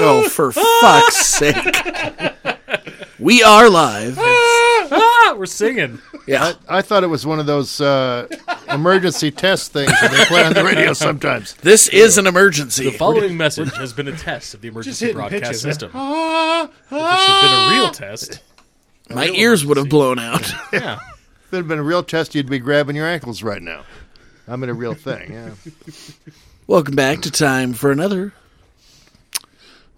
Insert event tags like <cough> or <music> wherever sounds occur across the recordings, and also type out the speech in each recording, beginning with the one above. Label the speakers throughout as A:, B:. A: Oh, for fuck's sake. We are live. Uh,
B: ah, we're singing.
A: Yeah.
C: I thought it was one of those uh,
B: <laughs>
C: emergency test things that they play on the radio sometimes.
A: This is an emergency.
B: The <laughs> following message has been a test of the emergency
D: hitting
B: broadcast
D: pitches, huh?
B: system. If this had been a real test,
A: My ears would have blown out. <laughs>
B: yeah.
C: If it had been a real test, you'd be grabbing your ankles right now. I'm in a real thing. Yeah.
A: Welcome back to Time for Another.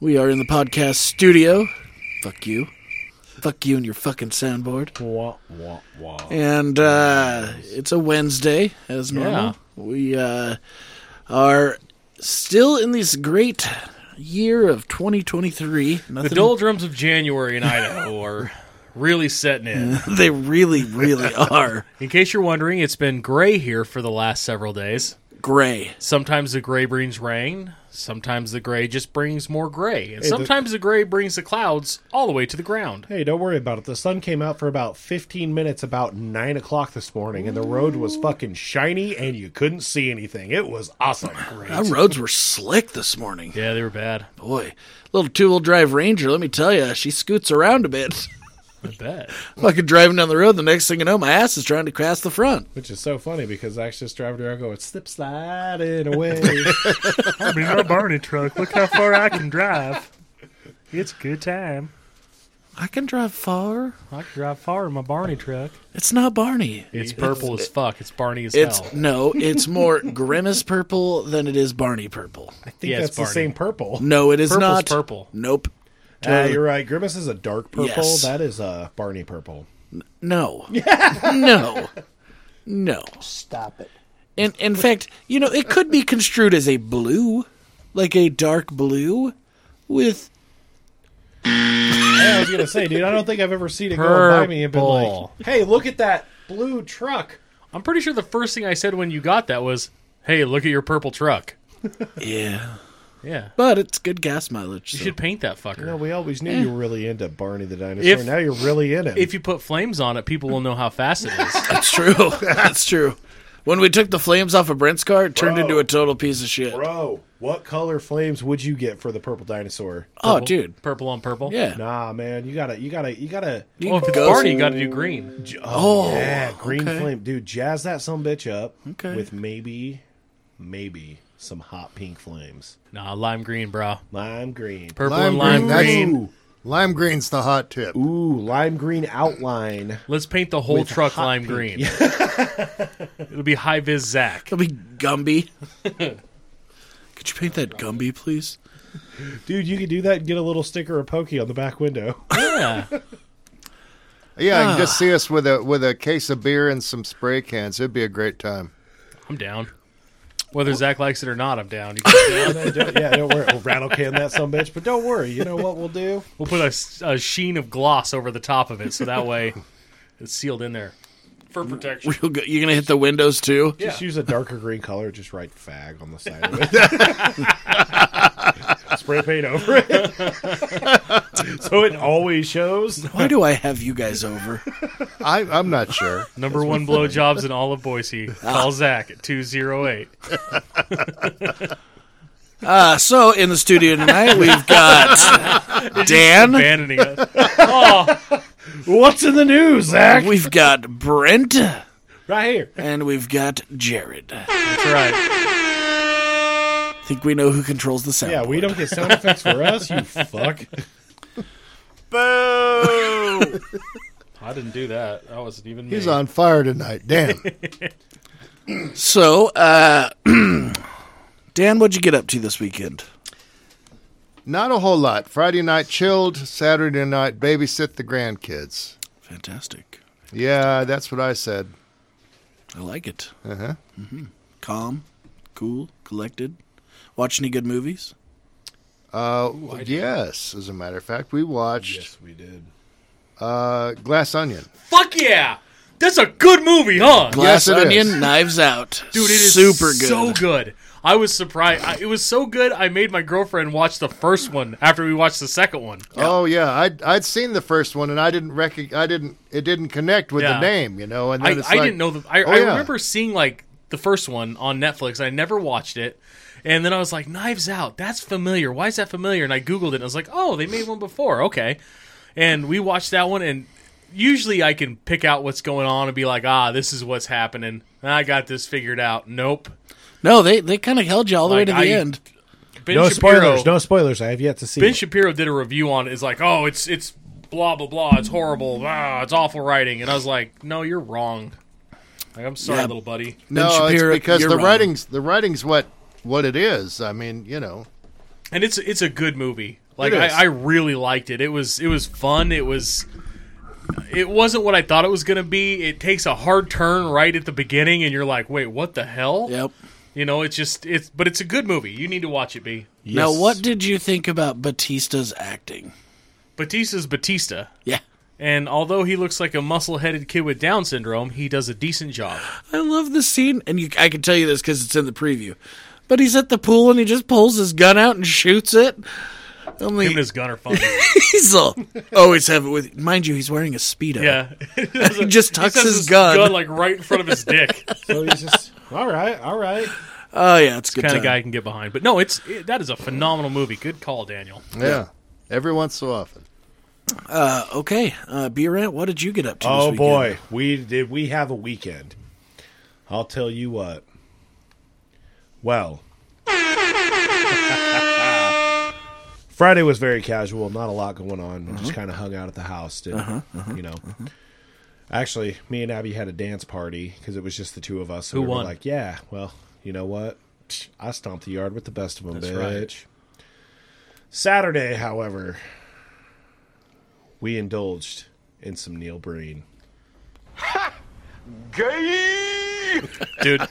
A: We are in the podcast studio. Fuck you. Fuck you and your fucking soundboard.
B: Wah, wah, wah.
A: And uh, it's a Wednesday, as normal. We uh, are still in this great year of 2023.
B: The
A: Nothing
B: doldrums of January in Idaho are really setting in.
A: <laughs> They really,
B: <laughs>
A: really are
B: In case you're wondering, it's been gray here for the last several days.
A: gray.
B: Sometimes the gray brings rain. Sometimes the gray just brings more gray. And sometimes the gray brings the clouds all the way to the ground.
D: Hey, don't worry about it. The sun came out for about 15 minutes about 9 o'clock this morning, and the road was fucking shiny, and you couldn't see anything. It was awesome.
A: Our roads were slick this morning.
B: Yeah, they were bad.
A: Boy, little two wheel drive Ranger, let me tell you, she scoots around a bit. <laughs>
B: I bet.
A: Fucking driving down the road, the next thing you know, my ass is trying to cross the front.
D: Which is so funny because I was just driving around going, slip
E: <laughs>
D: sliding away.
E: I'm in my Barney truck. Look how far I can drive. It's a good time.
A: I can drive far.
E: I can drive far in my Barney truck.
A: It's not Barney.
B: It's purple as fuck. It's Barney as
A: It's
B: hell.
A: no,
B: <laughs>
A: it's more Grimace purple than it is Barney purple.
D: I think
B: Yeah, it's
D: that's the
B: Barney.
D: same purple.
A: No, it is
B: Purple's
A: not
B: purple.
A: Nope.
D: Ah, you're right. Grimace is a dark purple.
A: Yes.
D: That is a Barney purple.
B: <laughs>
A: No. no. No. Stop it. In in fact, you know, it could be construed as a blue, like a dark blue with
D: Yeah, I was going to say, dude, I don't think I've ever seen it go by me and been like,
B: Purple.
D: hey, look at that blue truck.
B: I'm pretty sure the first thing I said when you got that was, "Hey, look at your purple truck."
A: Yeah.
B: Yeah,
A: But it's good gas mileage.
B: you
A: so- <laughs>
B: should paint that fucker.
D: No, we always knew you were really into Barney the dinosaur.
B: If-
D: now you're really in it.
B: If you put flames on it, people will know how fast it is.
A: That's <laughs> true. That's true. When we took the flames off of Brent's car, it turned
D: Bro.
A: into a total piece of shit.
D: Bro, what color flames would you get for the purple dinosaur?
A: Oh, dude.
B: purple on purple.
A: Yeah.
D: Nah, man, you gotta, you gotta, you gotta.
A: You
B: Well, if it's
A: go-
B: Barney, you got to do green.
D: j-
A: Oh,
D: yeah, green
A: okay.
D: flame, dude. Jazz that some bitch up
A: Okay.
D: with maybe, maybe some hot pink flames,
B: Nah, lime green, bro.
D: lime green,
B: Purple
C: Lime
B: and lime
C: green,
B: green.
C: that's- Lime green's the hot tip.
D: ooh, ooh, lime green outline.
B: Let's paint the whole truck lime green. It'll be high vis Zach.
A: <laughs> It'll be Gumby. Could you paint that Gumby, please?
D: Dude, you could do that and get a little sticker of pokey on the back window. <laughs>
B: Yeah,
C: Yeah, I
B: Ah.
C: can just see us with a with a case of beer and some spray cans. It'd be a great time.
B: I'm down. Whether Zach likes it or not, I'm down. You guys-
D: No, no, don't- yeah, don't worry. We'll rattle can that some bitch, but don't worry. You know what we'll do?
B: <laughs> We'll put a s- a, sheen of gloss over the top of it, so that way it's sealed in there for
A: <laughs>
B: protection.
A: Real good. <laughs> You're going to hit the windows, too?
B: Yeah.
D: Just use a darker green color. Just write "fag" on the side of it. Spray paint over it, so it always shows.
A: <laughs> Why do I have you guys over?
C: I, I'm not
B: <laughs>
C: sure.
B: Number one blowjobs in all of <laughs> Boise. Call Zach at 208.
A: Uh, so, in the studio tonight, we've got <laughs> Dan.
B: Abandoning us.
D: <laughs> What's in the news, Zach?
A: We've got Brent.
D: Right here.
A: And we've got Jared. I
B: That's right.
A: think we know who controls the sound.
D: Yeah, we don't get sound effects for us. You fuck.
A: Boo!
B: I didn't do that. That wasn't even me.
C: He's on fire tonight.
B: <laughs>
C: Damn.
A: so, uh, <clears throat> Dan, what'd you get up to this weekend?
C: Not a whole lot. Friday night chilled. Saturday night babysit the grandkids.
A: Fantastic.
C: Yeah, that's what I said.
A: I like it. Uh huh.
C: Uh-huh.
A: hmm Calm, cool, collected. Watch any good movies?
C: Uh, yes, as a matter of fact, we watched
D: we did.
C: uh, Glass Onion.
B: Fuck yeah! That's a good movie, huh?
A: Glass
C: Yes, it
A: Onion,
C: is.
A: Knives Out.
B: Dude, it is
A: super good.
B: So good. I was surprised. I, it was so good. I made my girlfriend watch the first one after we watched the second one.
C: Oh yeah, I'd I'd seen the first one and I didn't rec- I didn't it didn't connect with
B: Yeah.
C: the name, you know. And
B: I,
C: then it's
B: I
C: like,
B: didn't know the. I,
C: Oh,
B: I
C: yeah.
B: remember seeing like the first one on Netflix. I never watched it. And then I was like, Knives Out, that's familiar. Why is that familiar? And I Googled it and I was like, oh, they made one before. Okay. And we watched that one. And usually I can pick out what's going on and be like, ah, this is what's happening. I got this figured out. Nope.
A: No, they they kind of held you all the
B: Like,
A: way to the
B: I-
A: end.
B: Ben
D: No
B: Shapiro-
D: spoilers. No spoilers. I have yet to see.
B: Ben
D: it.
B: Shapiro did a review on it. It's like, oh, it's it's blah blah blah. It's horrible. Blah, it's awful writing. And I was like, no, you're wrong. Like, I'm sorry,
A: Yeah.
B: little buddy.
C: No,
A: Shapiro,
C: it's because
A: you're
C: the
A: wrong.
C: writing's the writing's what what it is. I mean, you know,
B: And it's it's a good movie. Like
C: It
B: I,
C: is.
B: I really liked it. It was it was fun. It was it wasn't what I thought it was gonna be. It takes a hard turn right at the beginning, and you're like, wait, what the hell?
A: Yep.
B: You know, it's just it's but it's a good movie. You need to watch it, B.
A: Now,
D: Yes.
A: what did you think about Batista's acting?
B: Batista's Batista.
A: Yeah,
B: And although he looks like a muscle-headed kid with Down syndrome, he does a decent
A: <gasps>
B: job.
A: I love the scene, and you, I can tell you this because it's in the preview. But he's at the pool and he just pulls his gun out and shoots it. Only
B: Him and his gun are
A: <laughs>
B: funny.
A: Diesel always oh, have it with. Mind you, he's wearing a speedo.
B: Yeah, <laughs>
A: <laughs> he just tucks
B: has
A: his, gun.
B: like right in front of his
A: <laughs>
B: dick.
D: So he's just all right. All right.
A: oh yeah, it's a good
B: kind of
A: time.
B: guy I can get behind. But no, it's it, that is a phenomenal movie. Good call, Daniel.
C: yeah. Every once so often.
A: Okay, uh, B Rant, what did you get up to?
D: Oh
A: this weekend?
D: boy, we did. We have a weekend. I'll tell you what. Well, Friday was very casual. Not a lot going on. We
B: Uh-huh.
D: Just kind of hung out at the house. Did you know? Actually, me and Abby had a dance party because it was just the two of us. and
B: Who
D: we were
B: won?
D: like, yeah. Well, you know what? I stomped the yard with the best of them,
B: That's
D: bitch.
B: right.
D: Saturday, however, we indulged in some Neil Breen.
B: Dude,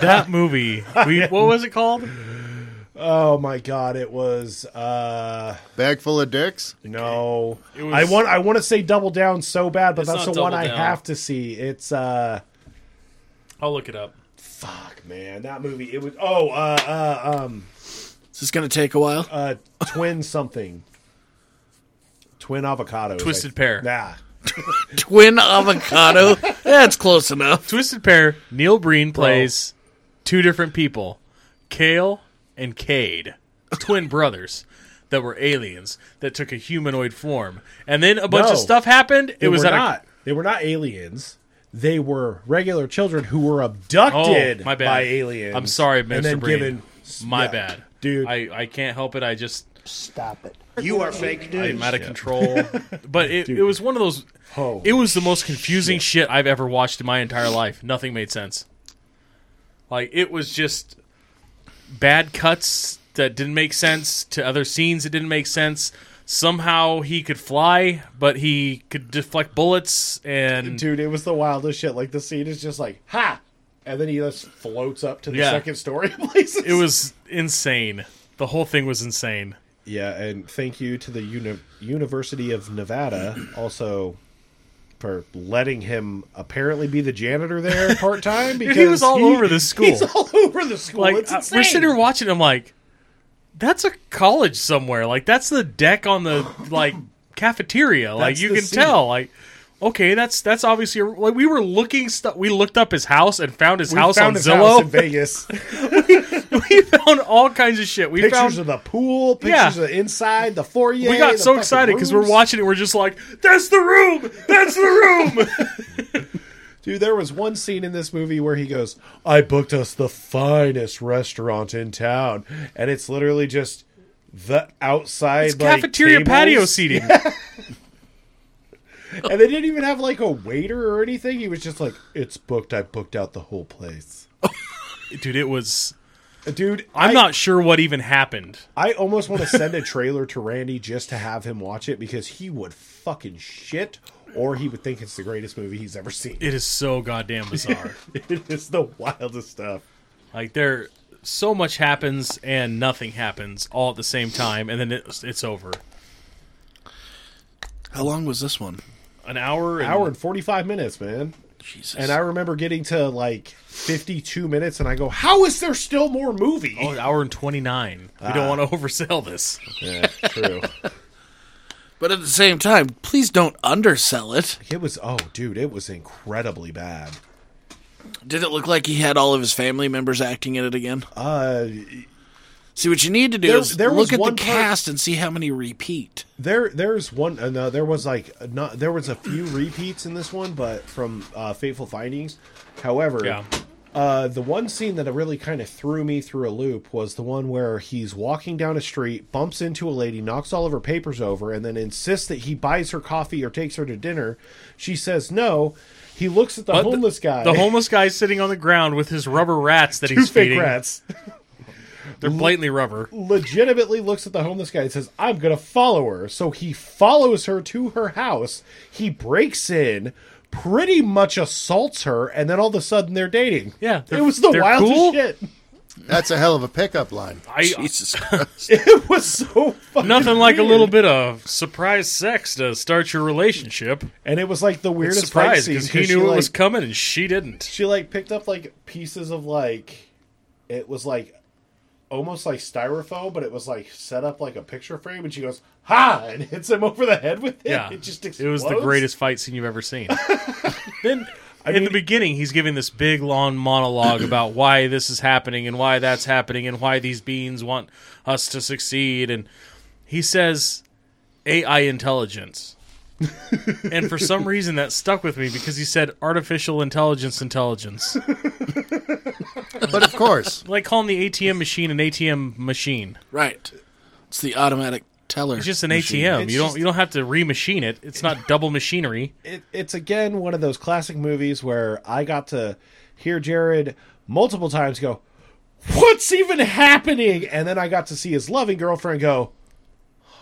B: that movie.
D: <laughs>
B: We, what was it called?
D: Oh my god, it was uh
C: Bag full of dicks.
D: no.
B: It was-
D: I want I want to say double down so bad, but
B: It's
D: that's
B: not
D: the one
B: Double
D: I
B: Down.
D: have to see. It's uh
B: I'll look it up.
D: fuck man, that movie. It was oh uh uh um
A: is this going to take a while? <laughs>
D: uh twin something. Twin avocado.
B: Twisted Pear.
D: Nah.
A: Twin
D: <laughs>
A: avocado. That's close enough.
B: Twisted Pair. Neil Breen plays two different people, Kale and Cade, twin brothers. That were aliens that took a humanoid form, and then a bunch
D: No.
B: of stuff happened. It
D: They
B: was
D: were
B: at a-
D: not. They were not aliens. They were regular children who were abducted
B: Oh, my bad.
D: by aliens.
B: I'm sorry,
D: And then
B: Mr. Breen.
D: given
B: My
D: yeah,
B: bad,
D: dude.
B: I, I can't help it. I just
F: Stop it.
B: I'm out of control. but it, it was one of those.
D: Oh.
B: It was the most confusing shit. I've ever watched in my entire life. Nothing made sense. Like it was just bad cuts that didn't make sense to other scenes that didn't make sense. Somehow he could fly, but he could deflect bullets and
D: dude it was the wildest shit like the scene is just like ha and then he just floats up to the
B: Yeah.
D: second story <laughs> of places
B: it was insane. The whole thing was insane.
D: yeah and thank you to the uni- university of nevada also for letting him apparently be the janitor
B: <laughs>
D: there part-time because
B: he was all over the school.
D: he's all over the school
B: like
D: it's
B: uh,
D: insane.
B: we're sitting here watching i'm like that's a college somewhere like that's the deck on the
D: <laughs>
B: like cafeteria like
D: That's
B: you
D: the
B: can
D: scene.
B: tell like okay that's that's obviously a, like we were looking stuff we looked up his house and found his
D: We
B: house on
D: found his house in
B: <laughs> zillow
D: vegas
B: we found all kinds of shit we
D: pictures
B: found
D: of the pool pictures
B: Yeah.
D: of the inside the foyer
B: we got
D: the
B: so
D: fucking
B: excited because we're
D: rooms.
B: watching it we're just like that's the room that's the room
D: <laughs> Dude, there was one scene in this movie where he goes, I booked us the finest restaurant in town. And it's literally just the outside
B: it's
D: like,
B: cafeteria
D: tables. <laughs>
B: patio seating
D: And they didn't even have like a waiter or anything. He was just like, It's booked. I booked out the whole place. Uh,
B: dude it was
D: Dude,
B: i'm
D: I,
B: not sure what even happened
D: I almost want to send a trailer to Randy just to have him watch it because he would fucking shit or he would think it's the greatest movie he's ever seen. <laughs>
B: it is so goddamn bizarre
D: it is the wildest stuff.
B: Like there, so much happens and nothing happens all at the same time, and then it's, it's over.
A: How long was this one?
B: An hour, and,
D: Hour and 45 minutes, man.
A: Jesus.
D: And I remember getting to like 52 minutes, and I go, "How is there still more movie?"
B: oh, an hour and twenty nine. We
D: Ah.
B: don't want to oversell this.
D: yeah, <laughs> true.
A: but at the same time, please don't undersell it.
D: It was. Oh, dude, it was incredibly bad.
A: Did it look like he had all of his family members acting in it again?
D: Uh,
A: See what you need to do
D: There-
A: is
D: there was
A: look at the
D: one part-
A: cast and see how many
D: <laughs>
A: repeat.
D: there there's one. Uh, no, there was like uh, not there was a few <clears throat> repeats in this one, but from uh, Fateful Findings. However,
B: Yeah.
D: Uh, the one scene that really kind of threw me through a loop was the one where he's walking down a street, bumps into a lady, knocks all of her papers over, and then insists that he buys her coffee or takes her to dinner. She says no. He looks at the
B: But the-
D: homeless guy. <laughs>
B: The homeless guy's sitting on the ground with his rubber rats that
D: two
B: he's
D: fake
B: feeding.
D: rats.
B: They're blatantly rubber.
D: legitimately looks at the homeless guy and says, I'm going to follow her. So he follows her to her house. He breaks in, pretty much assaults her, and then all of a sudden they're dating.
B: Yeah,
D: It
B: they're-
D: was the
B: they're
D: wildest
B: cool.
D: shit. <laughs>
C: That's a hell of a pickup line.
B: I,
A: Jesus
D: <laughs>
A: Christ.
D: It was so fucking
B: nothing like a
D: weird.
B: little bit of surprise sex to start your relationship.
D: And it was like the weirdest fight
B: Surprise,
D: scene.
B: because he
D: 'cause she,
B: knew it
D: like,
B: was coming and she didn't.
D: She like picked up like pieces of like, it was like almost like styrofoam, but it was like set up like a picture frame. And she goes, "Ha!" and hits him over the head with it.
B: Yeah,
D: It just
B: it was the
D: explodes.
B: greatest fight scene you've ever seen. then, in the beginning, he's giving this big, long monologue
D: <clears throat>
B: about why this is happening and why that's happening and why these beings want us to succeed. And he says, "AI
D: <laughs>
B: intelligence." and for some reason that stuck with me because he said artificial intelligence intelligence
C: But of course,
B: like calling the atm machine an atm machine
A: right. It's the automatic teller.
B: it's just an atm
D: It's
B: you don't
D: just-
B: you don't have to remachine it it's not double machinery
D: it, it's again one of those classic movies where I got to hear Jared multiple times go, "What's even happening?" And then I got to see his loving girlfriend go,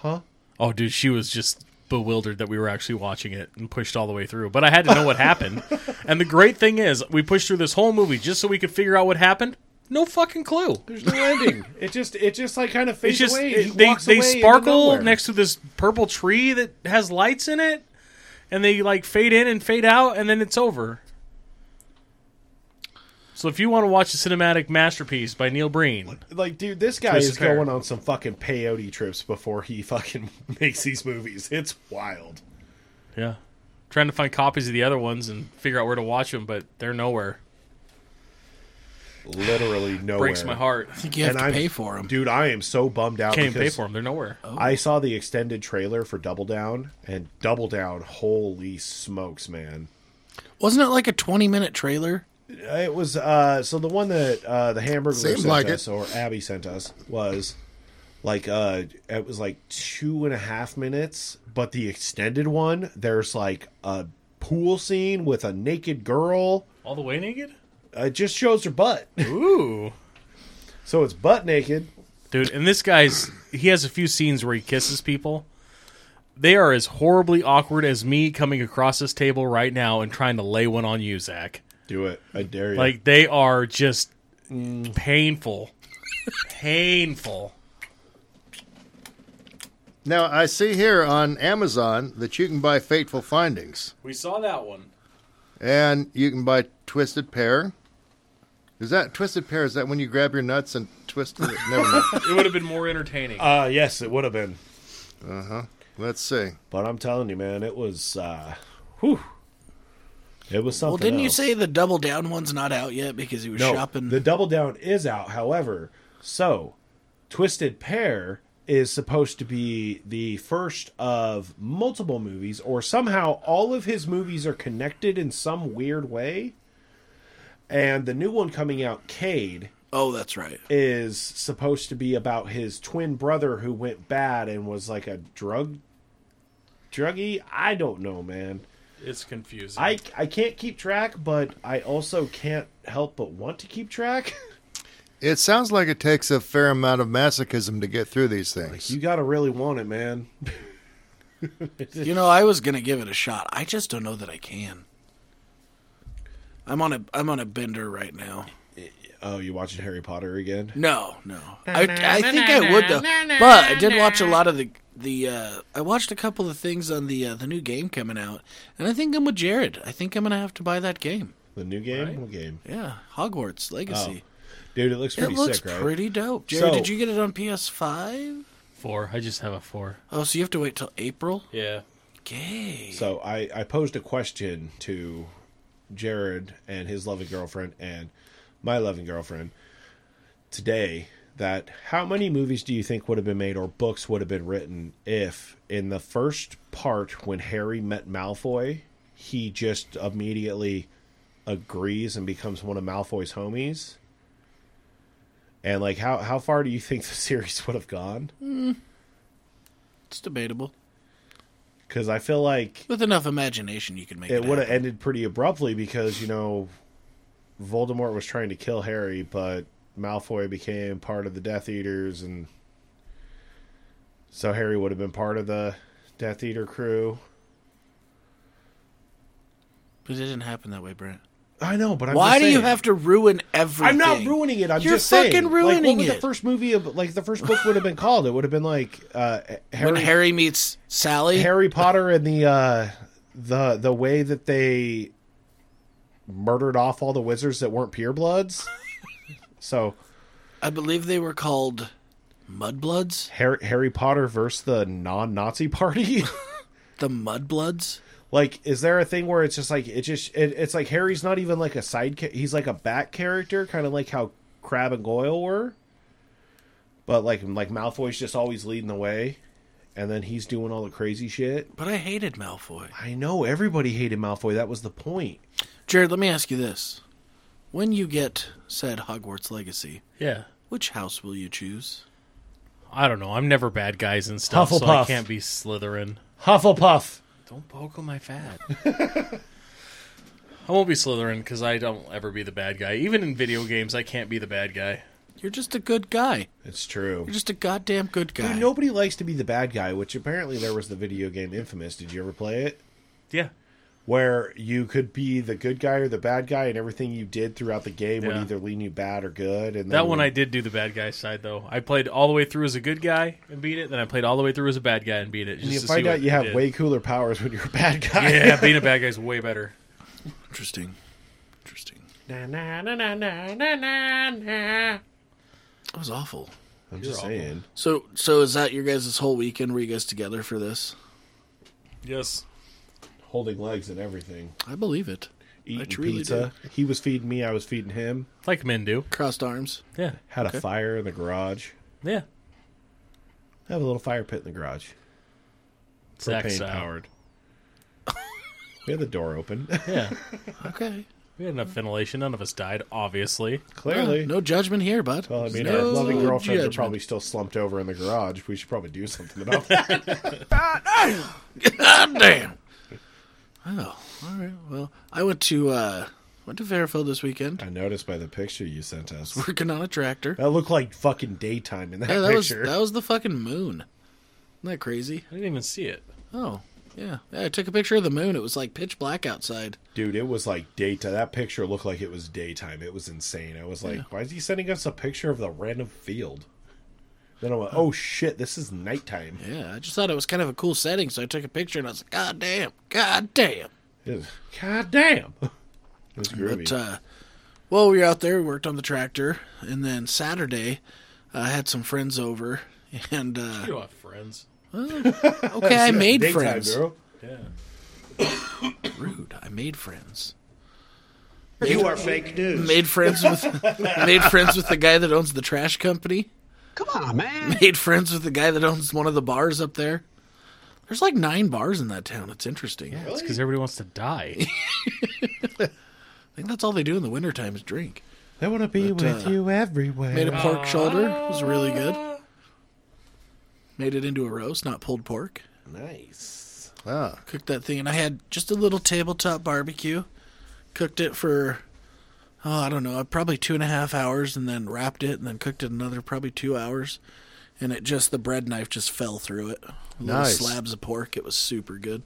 B: Oh, dude, she was just bewildered that we were actually watching it and pushed all the way through. But I had to know what
D: <laughs>
B: happened. And the great thing is, we pushed through this whole movie just so we could figure out what happened. No fucking clue.
D: "There's
B: <laughs>
D: no ending." it just it just like kind of
B: It's
D: fades
B: just
D: away.
B: it-
D: He
B: they
D: walks
B: they
D: away into
B: sparkle
D: nowhere.
B: next to this purple tree that has lights in it, and they like fade in and fade out, and then it's over. So if you want to watch a cinematic masterpiece by Neil Breen,
D: Like, dude, this guy
B: Twist
D: is
B: fair.
D: going on some fucking peyote trips before he fucking <laughs> makes these movies. It's wild.
B: yeah, trying to find copies of the other ones and figure out where to watch them, but they're nowhere.
D: Literally nowhere.
B: Breaks my heart.
A: I think you have
D: And
A: to
D: I'm-
A: pay for them.
D: dude. I am so bummed out.
B: Can't even pay
D: because
B: for them. They're nowhere.
D: I saw the extended trailer for Double Down, and Double Down, holy smokes, man!
A: Wasn't it like a 20 minute trailer?
D: It was uh, so the one that uh, the hamburger
C: Seemed
D: sent
C: like it.
D: us or Abby sent us was like uh, it was like two and a half minutes, but the extended one there's like a pool scene with a naked girl.
B: All the way naked?
D: It just shows her butt,
B: Ooh.
D: so it's butt naked.
B: Dude, and this guy's he has a few scenes where he kisses people. They are as horribly awkward as me coming across this table right now and trying to lay one on you, Zach.
D: Do it, I dare you.
B: Like they are just
D: Mm.
B: painful. painful.
C: now I see here on Amazon that you can buy Fateful Findings
B: We saw that one.
C: and you can buy Twisted Pear. Is that Twisted Pear? Is that when you grab your nuts and twist? It? Never mind.
B: It would have been more entertaining.
D: uh, yes, it would have been,
C: Let's see.
D: but I'm telling you, man, it was, uh, whew, it was something.
A: Well, didn't you
D: else.
A: say the double down one's not out yet because he was
D: No,
A: shopping?
D: the double down is out. However, so Twisted Pair is supposed to be the first of multiple movies, or somehow all of his movies are connected in some weird way. And the new one coming out, Cade,
A: oh, that's right.
D: is supposed to be about his twin brother who went bad and was like a drug druggie. I don't know, man.
B: It's confusing.
D: I I can't keep track, but I also can't help but want to keep track.
C: It sounds like it takes a fair amount of masochism to get through these things.
D: <laughs> You gotta really want it, man.
A: You know, I was gonna give it a shot. I just don't know that I can. I'm on a I'm on a bender right now.
D: Oh, you watching Harry Potter again?
A: No, no. I, I think I would though, but I did watch a lot of the the. Uh, I watched a couple of things on the uh, the new game coming out, and I think I'm with Jared. I think I'm gonna have to buy that game.
D: The new game, what game,
A: Yeah, Hogwarts Legacy.
D: dude? It looks
A: it
D: Oh, pretty
A: looks
D: sick, right?
A: pretty dope. Jared,
D: So-
A: did you get it on PS5?
B: four. I just have a four.
A: Oh, so you have to wait till April?
B: Yeah.
A: Gay.
D: So I I posed a question to Jared and his loving girlfriend and my loving girlfriend today that how many movies do you think would have been made or books would have been written if in the first part when Harry met Malfoy, he just immediately agrees and becomes one of Malfoy's homies? And like how how far do you think the <laughs> series would have gone?
A: It's debatable.
D: Cuz I feel like
A: With enough imagination, you could make
D: it
A: it.
D: would have
A: happen.
D: ended pretty abruptly because you know Voldemort was trying to kill Harry, but Malfoy became part of the Death Eaters, and so Harry would have been part of the Death Eater crew.
A: but it didn't happen that way, Brent.
D: I know, but I'm
A: Why
D: just
A: do you
D: saying.
A: have to ruin everything?
D: I'm not ruining it. I'm
A: You're
D: just saying.
A: fucking
D: Like, what
A: ruining
D: would
A: it.
D: The first movie, of, like the first book, would have been called. It would have been like uh,
A: When
D: Harry,
A: Harry meets Sally,
D: Harry Potter and the uh, the the way that they murdered off all the wizards that weren't purebloods. so
A: I believe they were called Mudbloods.
D: Harry, Harry Potter versus the non-Nazi party. <laughs>
A: The Mudbloods.
D: like, is there a thing where it's just like it just it, it's like Harry's not even like a side. Ca- he's like a back character, kind of like how Crab and Goyle were. But like like Malfoy's just always leading the way, and then he's doing all the crazy shit.
A: But I hated Malfoy.
D: I know everybody hated Malfoy. That was the point.
A: Jared, let me ask you this: When you get said Hogwarts Legacy,
B: Yeah.
A: which house will you choose?
B: I don't know. I'm never bad guys and stuff, so I
D: Hufflepuff.
B: can't be Slytherin.
D: Hufflepuff.
B: Don't poke on my fat. I won't be Slytherin because I don't ever be the bad guy. Even in video games, I can't be the bad guy.
A: <laughs> You're just a good guy.
D: It's true.
A: You're just a goddamn good guy.
D: Dude, nobody likes to be the bad guy, which apparently there was the video game Infamous. Did you ever play it?
B: Yeah.
D: where you could be the good guy or the bad guy, and everything you did throughout the game would
B: Yeah.
D: either lean you bad or good. And
B: That
D: then
B: one I did do the bad guy side though. I played all the way through as a good guy and beat it. Then I played all the way through as a bad guy and beat it. Just
D: and you
B: to
D: find
B: see
D: out
B: what
D: you
B: I
D: have
B: did.
D: way cooler powers when you're a bad guy.
B: <laughs>
D: <laughs>
B: Yeah, being a bad guy is way better.
A: Interesting. Interesting.
D: na, na, na, na, na, na, na, na.
A: That was awful.
D: I'm just saying.
A: So, so is that your guys' this whole weekend? Were you guys together for this?
B: Yes.
D: Holding legs and everything.
A: I believe it.
D: Eating
A: truly
D: pizza. He was feeding me, I was feeding him.
B: Like men do.
A: Crossed arms.
B: Yeah.
D: Had a fire in the garage.
B: Yeah.
D: I have a little fire pit in the garage.
B: Zach
D: Propane
B: style.
D: powered. <laughs> we had the door open. <laughs>
B: Yeah.
A: Okay.
B: We had enough ventilation. None of us died, obviously.
D: Clearly.
A: No judgment here, bud.
D: Well, I mean,
A: no
D: our loving girlfriends
A: judgment.
D: are probably still slumped over in the garage. We should probably do something about that.
A: <laughs> God damn. Oh, all right. Well, I went to uh went to Fairfield this weekend.
D: I noticed by the picture you sent us.
A: Working on a tractor.
D: That looked like fucking daytime in that,
A: Yeah, that was
D: picture.
A: that was the fucking moon. Isn't that crazy?
B: I didn't even see it.
A: Oh, yeah. yeah. I took a picture of the moon. It was like pitch black outside.
D: Dude, it was like daytime. That picture looked like it was daytime. It was insane. I was like, why is he sending us a picture of the random field? Then I went, oh shit, this is nighttime.
A: Yeah, I just thought it was kind of a cool setting, so I took a picture and I was like, God damn, God damn.
D: It was- God damn. It was groovy.
A: But uh, while we were out there, we worked on the tractor, and then Saturday, I had some friends over, <laughs> and uh,
B: You don't have friends.
A: okay, I made
D: Daytime,
A: friends.
D: girl.
B: Yeah.
A: Rude, I made friends.
F: You are fake news.
A: Made friends with made friends with the guy that owns the trash company.
F: Come on, man.
A: Made friends with the guy that owns one of the bars up there. There's like nine bars in that town. It's interesting.
B: It's because everybody wants to die.
A: I think that's all they do in the wintertime is drink.
D: I want to be with
A: uh,
D: you everywhere.
A: Made a pork shoulder. It was really good. Made it into a roast, not pulled pork.
D: nice.
C: Ah,
A: Cooked that thing, and I had just a little tabletop barbecue. Cooked it for, oh, I don't know, probably two and a half hours, and then wrapped it, and then cooked it another probably two hours. And it just, the bread knife just fell through it. Little
C: Nice.
A: slabs of pork. It was super good.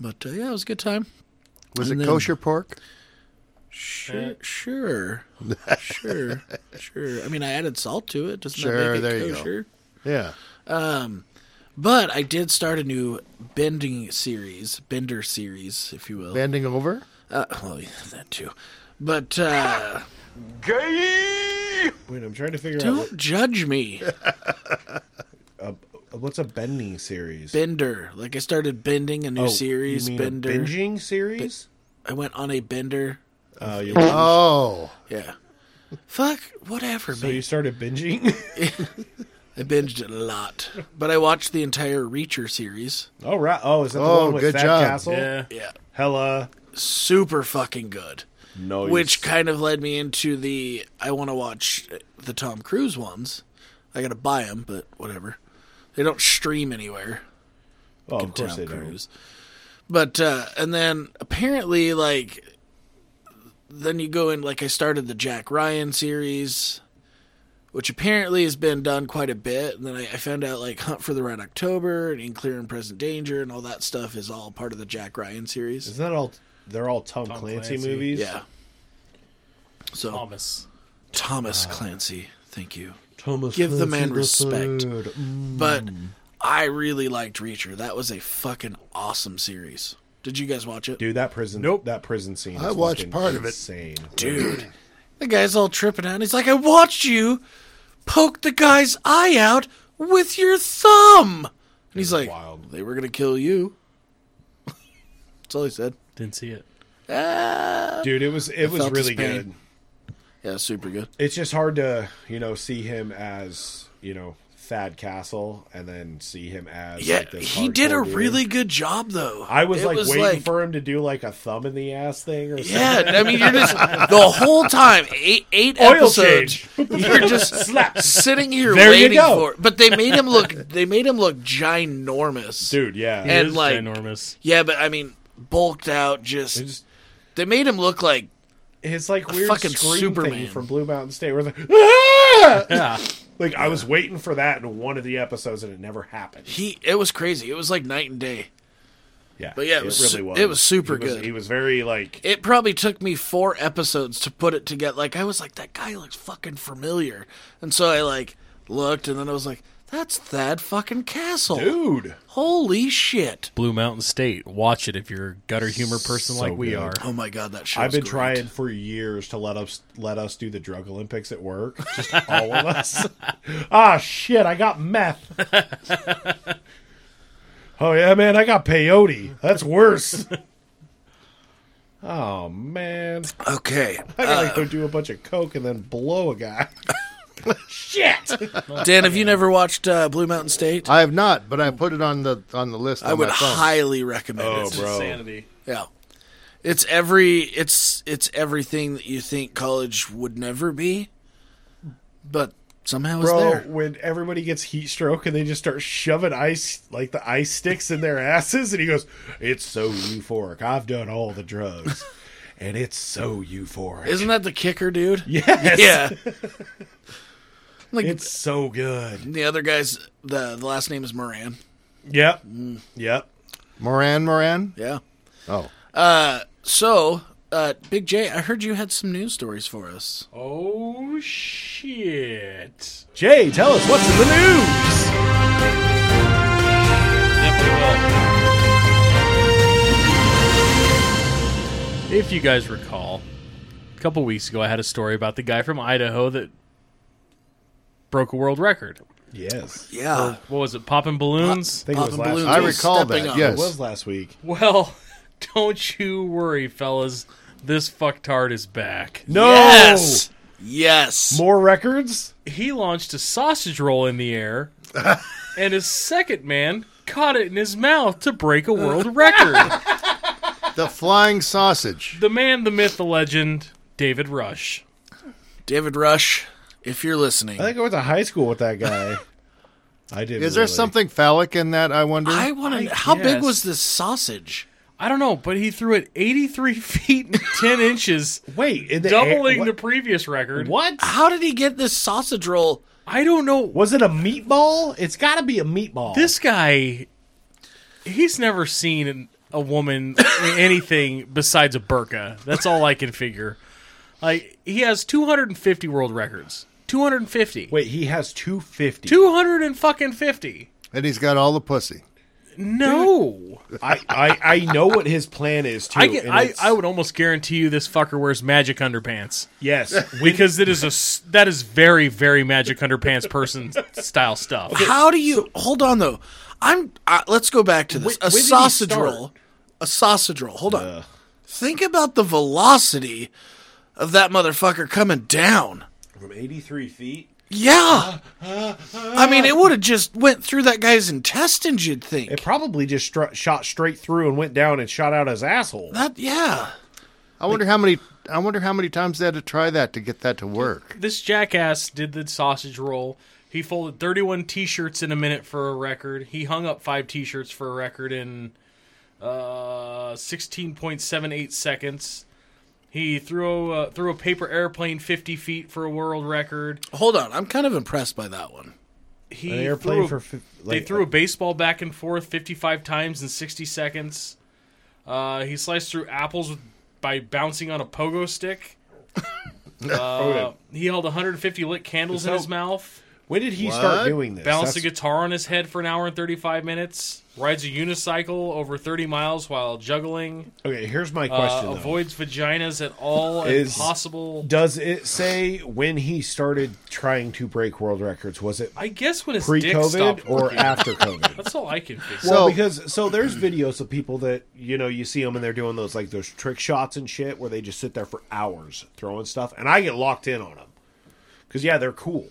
A: But uh, yeah, it was a good time.
C: was it
A: And then-
C: kosher pork?
A: Sure, sure, sure, sure. I mean, I added salt to it. Doesn't that
C: Sure,
A: make it
C: there you go.
A: kosher?
C: Yeah.
A: But I did start a new bending series, bender series, if you will.
C: Bending over?
A: uh, well, yeah, that too. But
D: <laughs>
A: uh,
D: Wait, I'm trying to figure out
A: don't judge
D: <laughs>
A: me,
D: what- what's a bending series.
A: bender. Like I started bending a new
D: Oh,
A: series,
D: you mean a
A: bender.
D: binging series?
A: I went on a bender.
D: Oh, you,
C: Oh,
A: Yeah. Fuck, whatever,
D: so
A: man.
D: oh, you started binging? <laughs>
A: I binged it a lot. But I watched the entire Reacher series.
D: oh, right. Oh, is that the
C: Oh,
D: one with
C: good
D: Thad
C: job.
D: Castle?
B: <laughs> Yeah.
A: Yeah.
D: Hella.
A: Super fucking good.
D: No.
A: Which kind of led me into the I want to watch the Tom Cruise ones. I got to buy them, but whatever. They don't stream anywhere.
D: oh, of
A: fucking
D: course they
A: Tom
D: do.
A: Cruise. But uh, and then apparently, like, then you go in. Like, I started the Jack Ryan series, which apparently has been done quite a bit. And then I, I found out like <laughs> Hunt for the Red October and In Clear and Present Danger and all that stuff is all part of the Jack Ryan series.
D: Isn't that all? They're all Tom, Clancy,
B: Clancy.
D: movies.
A: Yeah. So
D: Oh,
B: Thomas.
D: uh,
A: Thomas Clancy, thank you.
D: Thomas.
A: Give the man respect. But
D: Hmm.
A: I really liked Reacher. That was a fucking awesome series. Did you guys watch it?
D: Dude, that prison.
E: Nope.
D: That prison scene.
C: I
D: is
C: watched
D: fucking
C: part of it.
D: insane. of it.
A: dude. The guy's all tripping out. and He's like, I watched you poke the guy's eye out with your thumb. And he's like,
D: wild.
A: They were going to kill you. <laughs> That's all he said.
B: Didn't see it.
A: Ah.
D: Dude, it was it was
A: felt his
D: really
A: pain.
D: good.
A: Yeah, super good.
D: It's just hard to you know see him as you know Thad Castle and then see him as
A: Yeah,
D: like, this
A: he did a
D: hardcore dude.
A: really good job, though.
D: I was
A: It
D: like waiting
A: like-
D: for him to do like a thumb in the ass thing or something.
A: <laughs> Yeah, I mean, you're <laughs> just the whole time eight eight episodes. <laughs> You're just sitting here
D: There you
A: waiting
D: go.
A: for. But they made him look. They made him look ginormous.
D: Dude, yeah.
A: And,
B: it is
A: like-
B: ginormous.
A: Yeah, but I mean, bulked out. Just
D: It's just-
A: They made him look like
D: It's like weird
A: fucking
D: scream thing
A: Superman.
D: from Blue Mountain State where
A: <laughs>
D: it's like, "Ah!"
B: Yeah.
D: like I was waiting for that in one of the episodes and it never happened.
A: he. It was crazy. It was like night and day.
D: Yeah,
A: But yeah, it was su- it was super
D: He was-
A: good.
D: He was very like,
A: It probably took me four episodes to put it together. Like I was like, that guy looks fucking familiar, and so I like looked, and then I was like, that's Thad fucking Castle.
D: dude.
A: Holy shit!
B: Blue Mountain State. Watch it if you're a gutter humor person
D: So
B: like we
D: good.
B: are.
A: Oh my god, that shit.
D: I've been trying for years to let us let us do the drug Olympics at work. Just all of us. <laughs> ah, shit! I got meth. <laughs> oh yeah, man! I got peyote. That's worse. <laughs> oh man!
A: Okay,
D: I gotta go do a bunch of coke and then blow a guy. <laughs> shit!
A: Dan, have you never watched uh, Blue Mountain State? I,
C: I have not, but I put it on the on the list. on
A: would
C: my phone.
A: highly recommend it.
D: Oh, bro.
B: Insanity.
A: Yeah. It's every it's it's everything that you think college would never be, but somehow it's
D: Bro,
A: there.
D: when everybody gets heat stroke and they just start shoving ice, like the ice sticks in their <laughs> asses, and he goes, It's so euphoric. I've done all the <laughs> drugs, and it's so euphoric.
A: Isn't that the kicker, dude?
D: <laughs> yes. <laughs>
A: Yeah. like
D: It's so good.
A: the other guy's the the last name is Moran.
D: Yep. Yep.
C: Moran, Moran.
A: Yeah.
C: Oh,
A: So, uh Big J, I heard you had some news stories for us.
B: Oh shit.
D: Jay, tell us what's in the news.
B: If you guys recall, a couple weeks ago I had a story about the guy from Idaho that broke a world record.
D: Yes.
A: Yeah.
B: What was it? Popping balloons?
D: I think oh, it was
A: Popping
D: last
A: balloons.
D: week.
C: I recall
A: stepping
C: that.
A: up.
D: It
C: Yes,
D: was last week.
B: well, <laughs> don't you worry, fellas. This fucktard is back.
D: No.
A: Yes.
D: Oh.
A: Yes.
D: More records?
B: He launched a sausage roll in the air, and his second man caught it in his mouth to break a world record.
C: the flying sausage.
B: the man, the myth, the legend, David Rush.
A: David Rush, if you're listening.
D: I think I went to high school with that guy. I did.
C: Is there something phallic in that? I wonder.
A: I want to. How big
B: guess.
A: was this sausage?
B: I don't know, but he threw it 83 <laughs> feet and 10 inches,
D: Wait, in the
B: doubling
D: air,
B: the previous record.
D: what?
A: How did he get this sausage roll?
B: I don't know.
D: Was it a meatball? It's got to be a meatball.
B: This guy, he's never seen an, a woman in anything besides a burqa. That's all I can figure. Like he has 250 world records. 250.
D: wait, he has two fifty.
B: 200 and fucking 50.
C: and he's got all the pussy.
B: No.
D: I, I I know what his plan is too.
B: I, get,
D: and
B: I,
D: it's-
B: I would almost guarantee you this fucker wears magic underpants <laughs>
D: yes.
B: because it is a s- that is very very magic underpants person <laughs> style stuff.
A: How do you hold on though? I'm. Uh, let's go back to this.
D: When- when
A: a
D: did he
A: sausage
D: start?
A: roll. A sausage roll. Hold on. Think about the velocity of that motherfucker coming down.
D: From 83 feet?
A: Yeah. I mean, it would have just went through that guy's intestines, you'd think.
D: It probably just str- shot straight through and went down and shot out his asshole.
A: That yeah.
C: I wonder how many. I wonder how many times they had to try that to get that to work.
B: This jackass did the sausage roll. He folded 31 t-shirts in a minute for a record. He hung up five t-shirts for a record in uh, 16.78 seconds. He threw a, threw a paper airplane 50 feet for a world record.
A: Hold on, I'm kind of impressed by that one.
B: He
D: An airplane
B: threw a-
D: for fif-
B: they
D: like- uh,
B: threw a baseball back and forth 55 times in 60 seconds. Uh, he sliced through apples with, by bouncing on a pogo
D: <laughs>
B: stick.
D: Oh,
B: Uh, he held 150 lit candles in
D: So-
B: his mouth.
D: When did he
C: What?
D: start doing this?
B: Balanced a
D: That's-
B: guitar on his head for an hour and 35 minutes. Rides a unicycle over 30 miles while juggling.
D: okay, here's my
B: uh,
D: question. though.
B: avoids vaginas at all
D: <laughs> Is-
B: possible.
D: Does it say when he started trying to break world records? Was it
B: I guess when his dick stopped
D: pre-COVID or
B: working. <laughs>
D: after COVID?
B: That's all I can figure.
D: Well,
C: So-
D: because so there's videos of people that you know you see them and they're doing those like those trick shots and shit where they just sit there for hours throwing stuff, and I get locked in on them because yeah, they're cool.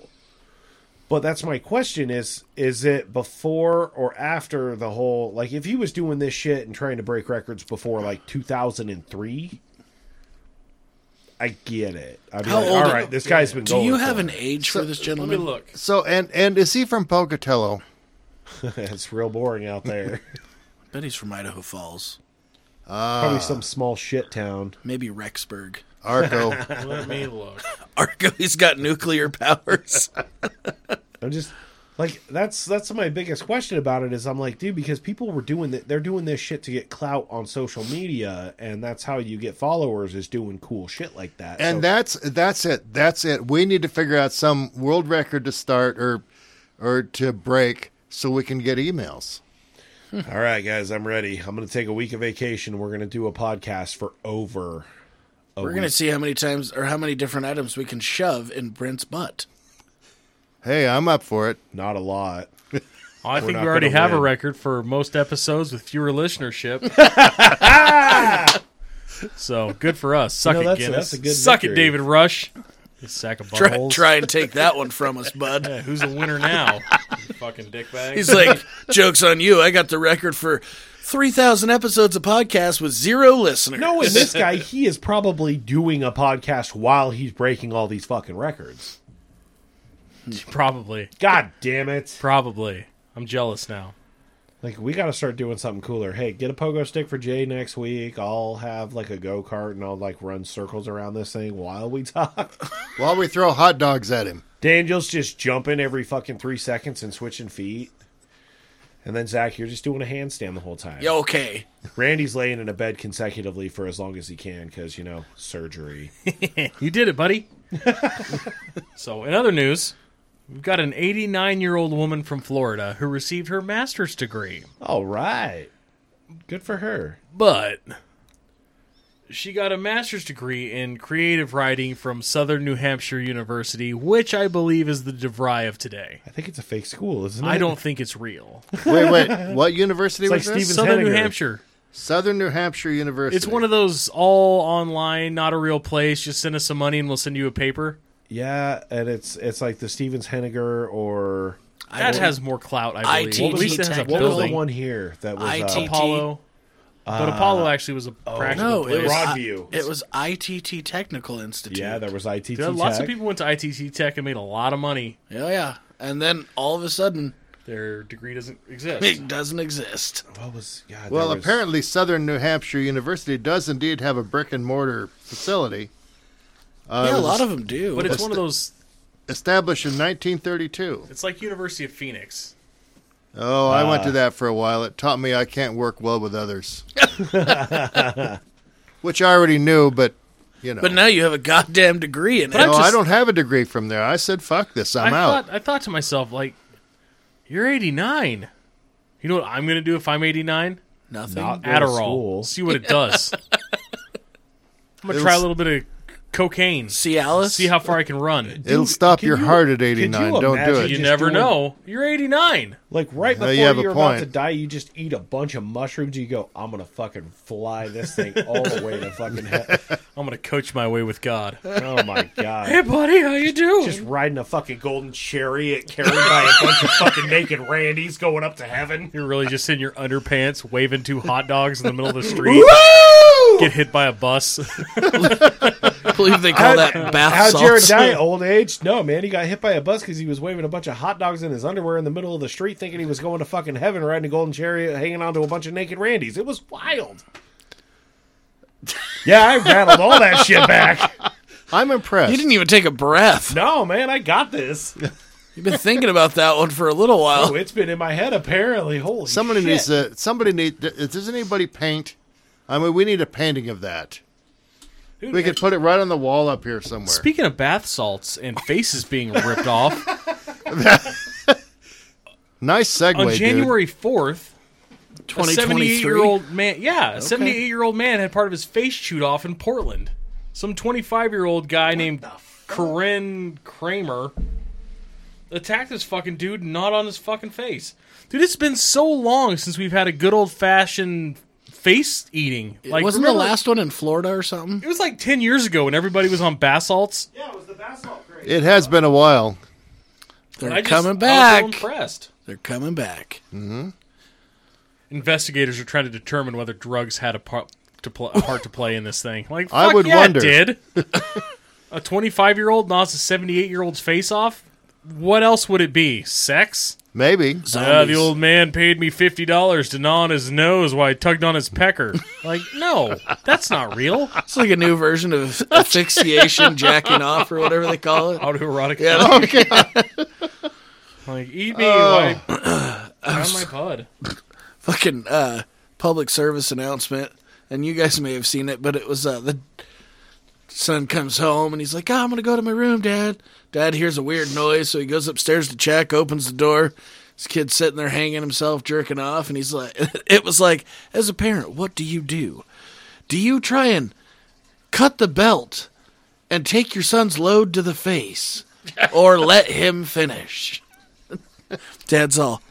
D: But that's my question: is is it before or after the whole like if he was doing this shit and trying to break records before like 2003? I get it. I mean,
A: How
D: like,
A: old
D: all
A: are-
D: right, this guy's been.
A: Do
D: going
A: you
D: for
A: have an
D: it.
A: age for this
B: Let me
A: gentleman?
B: look.
C: So and and is he from Pocatello?
D: <laughs> it's real boring out there.
A: bet he's from Idaho Falls,
D: Probably some small shit town.
A: maybe Rexburg.
C: <laughs> Arco.
B: Let me look.
A: Argo, he's got nuclear powers.
D: I'm just like that's that's my biggest question about it is I'm like, dude, because people were doing that they're doing this shit to get clout on social media and that's how you get followers is doing cool shit like that.
C: and
D: So-
C: that's that's it. That's it. We need to figure out some world record to start or or to break so we can get emails.
D: all right, guys, I'm ready. I'm gonna take a week of vacation. We're gonna do a podcast for over
A: We're gonna see how many times or how many different items we can shove in Brent's butt.
C: Hey, I'm up for it.
D: not a lot.
B: I think
D: not
B: we already
D: gonna
B: have a
D: win.
B: record for most episodes with fewer listenership. <laughs> so good for us. Suck
D: know,
B: it,
D: that's a-
B: Guinness.
D: that's a good
B: Suck it,
D: victory.
B: David Rush. You sack of
A: Try,
B: buttholes.
A: try and take that one from us, bud.
B: <laughs> Who's a winner now? you fucking dickbag.
A: He's like, "Jokes on you! I got the record for three thousand episodes of podcast with zero listeners."
D: No, and this guy, he is probably doing a podcast while he's breaking all these fucking records.
B: probably,
D: God damn it.
B: probably. I'm jealous now.
D: Like we got to start doing something cooler. Hey, get a pogo stick for Jay next week. I'll have like a go kart and I'll like run circles around this thing while we <laughs> talk.
C: While we throw hot dogs at him.
D: Daniel's just jumping every fucking three seconds and switching feet. And then Zach, you're just doing a handstand the whole time.
A: Yeah, <laughs> Okay.
D: Randy's laying in a bed consecutively for as long as he can because you know surgery. <laughs>
B: You did it, buddy. so, in other news, we've got an 89 year old woman from Florida who received her master's degree.
D: all right, good for her.
B: but she got a master's degree in creative writing from Southern New Hampshire University, which I believe is the DeVry of today.
D: I think it's a fake school, isn't it?
B: I don't think it's real.
C: Wait, wait. What university
D: It's
C: was
D: like
C: this?
D: Stevens-
B: Southern New
D: Henninger.
B: Hampshire.
C: Southern New Hampshire University.
B: It's one of those all online, not a real place. Just send us some money and we'll send you a paper.
D: Yeah, and it's it's like the Stevens Henniger or
B: That has more clout, I believe.
A: ITT
B: At least it has a
A: What
D: what was the
B: building.
D: one here that was uh,
A: IT
B: Apollo. but Apollo actually was a practical
A: No,
B: place.
A: it was
D: Broadview.
A: It was ITT Technical Institute.
D: Yeah, there was ITT.
B: Dude, lots of
D: Tech.
B: people went to ITT Tech and made a lot of money.
A: Yeah, Oh, yeah. And then all of a sudden,
B: Their degree doesn't exist.
A: it doesn't exist.
D: What was? God,
C: Well,
D: there was-
C: apparently Southern New Hampshire University does indeed have a brick and mortar facility
A: yeah, a lot of them do.
B: But it's one of those
C: established in 1932.
B: It's like University of Phoenix.
C: Oh, I went to that for a while. It taught me I can't work well with others. Which I already knew, but you know.
A: but now you have a goddamn degree in
B: I
C: no,
A: it.
B: just-
C: I don't have a degree from there. I said, "Fuck this,
B: i
C: I'm out."
B: thought I thought to myself, like, you're 89. You know what I'm gonna do if I'm 89?
A: Nothing.
D: Not- Go to
B: Adderall.
D: school.
B: See what it does. I'm gonna
C: It
B: try a
C: was-
B: little bit of cocaine.
A: Cialis.
B: See how far I can run.
C: It'll
D: Dude,
C: stop
D: can
C: your
D: you-
C: heart at
D: could you
C: 89. Don't do
D: imagine
C: it.
B: You
D: Just
B: never
D: doing-
B: know. You're 89.
D: Like right
C: No,
D: before
C: you
D: you
C: have a
D: are about
C: point.
D: to die, you just eat a bunch of mushrooms. You go, I'm gonna fucking fly this thing all the way to
C: <laughs>
D: fucking hell.
B: I'm gonna coach my way with God.
D: Oh my god!
B: Hey, buddy, how you doing?
D: Just riding a fucking golden chariot carried by a bunch of fucking naked Randys going up to heaven.
B: You're really just in your underpants, waving two hot dogs in the middle of the street. Get hit by a bus.
A: I believe they call that bath
D: How Jared
A: salts. <laughs>
D: die? Old age? No, man. He got hit by a bus because he was waving a bunch of hot dogs in his underwear in the middle of the street, thinking he was going to fucking heaven, riding a golden chariot, hanging on to a bunch of naked Randys. It was wild. Yeah, I rattled all that shit back.
C: I'm impressed.
A: You didn't even take a breath.
D: No, man, I
B: <laughs>
D: got this.
A: You've been thinking about that one for a little while.
D: Oh, it's been in my head apparently. Holy
C: somebody
D: shit.
B: uh,
C: needs to. Somebody need. Does anybody paint? I mean, we need a painting of that.
D: Dude,
C: We could put it right on the wall up here somewhere.
B: Speaking of bath salts and faces being ripped <laughs> off,
C: nice segue,
B: on
C: dude.
B: January 4th, a 78 year
A: 2023.
B: old man, yeah, a 78 year old man had part of his face chewed off in Portland. Some 25 year old guy named Corinne Kramer attacked this fucking dude, not on his fucking face. Dude, it's been so long since we've had a good old fashioned face eating. Like,
A: Wasn't
B: remember-
A: the last one in Florida or something?
B: It was like 10 years ago when everybody was on basalts.
D: Yeah, it was the basalt grade.
C: It has been a while.
A: They're
B: I just-
A: coming
B: I was
A: back.
B: so impressed.
A: They're coming back.
B: Investigators are trying to determine whether drugs had a part to, pl- a part to play in this thing. Like,
C: I
B: fuck
C: would
B: yeah, it
C: wonder. <laughs>
B: Did a twenty-five-year-old knocks a seventy-eight-year-old's face off? What else would it be? Sex?
C: Maybe.
B: Uh, the
A: Zombies.
B: old man paid me fifty dollars to gnaw on his nose while I tugged on his
C: <laughs>
B: pecker. Like, no, that's not real.
A: It's like a new
B: <laughs>
A: version of asphyxiation, jacking off, or whatever they call it.
B: Autoerotic.
A: Yeah,
C: <laughs> Okay. Oh.
B: Like, eat me,
D: Oh.
B: while I, on my pod.
A: fucking uh, public service announcement, and you guys may have seen it, but it was uh, the son comes home and he's like, oh, "I'm gonna go to my room, Dad." Dad hears a weird noise, so he goes upstairs to check. Opens the door. This kid's sitting there hanging himself, jerking off, and he's like, <laughs> "It was like, as a parent, what do you do? Do you try and cut the belt and take your son's load to the face, or let him finish?" <laughs> Dad's all,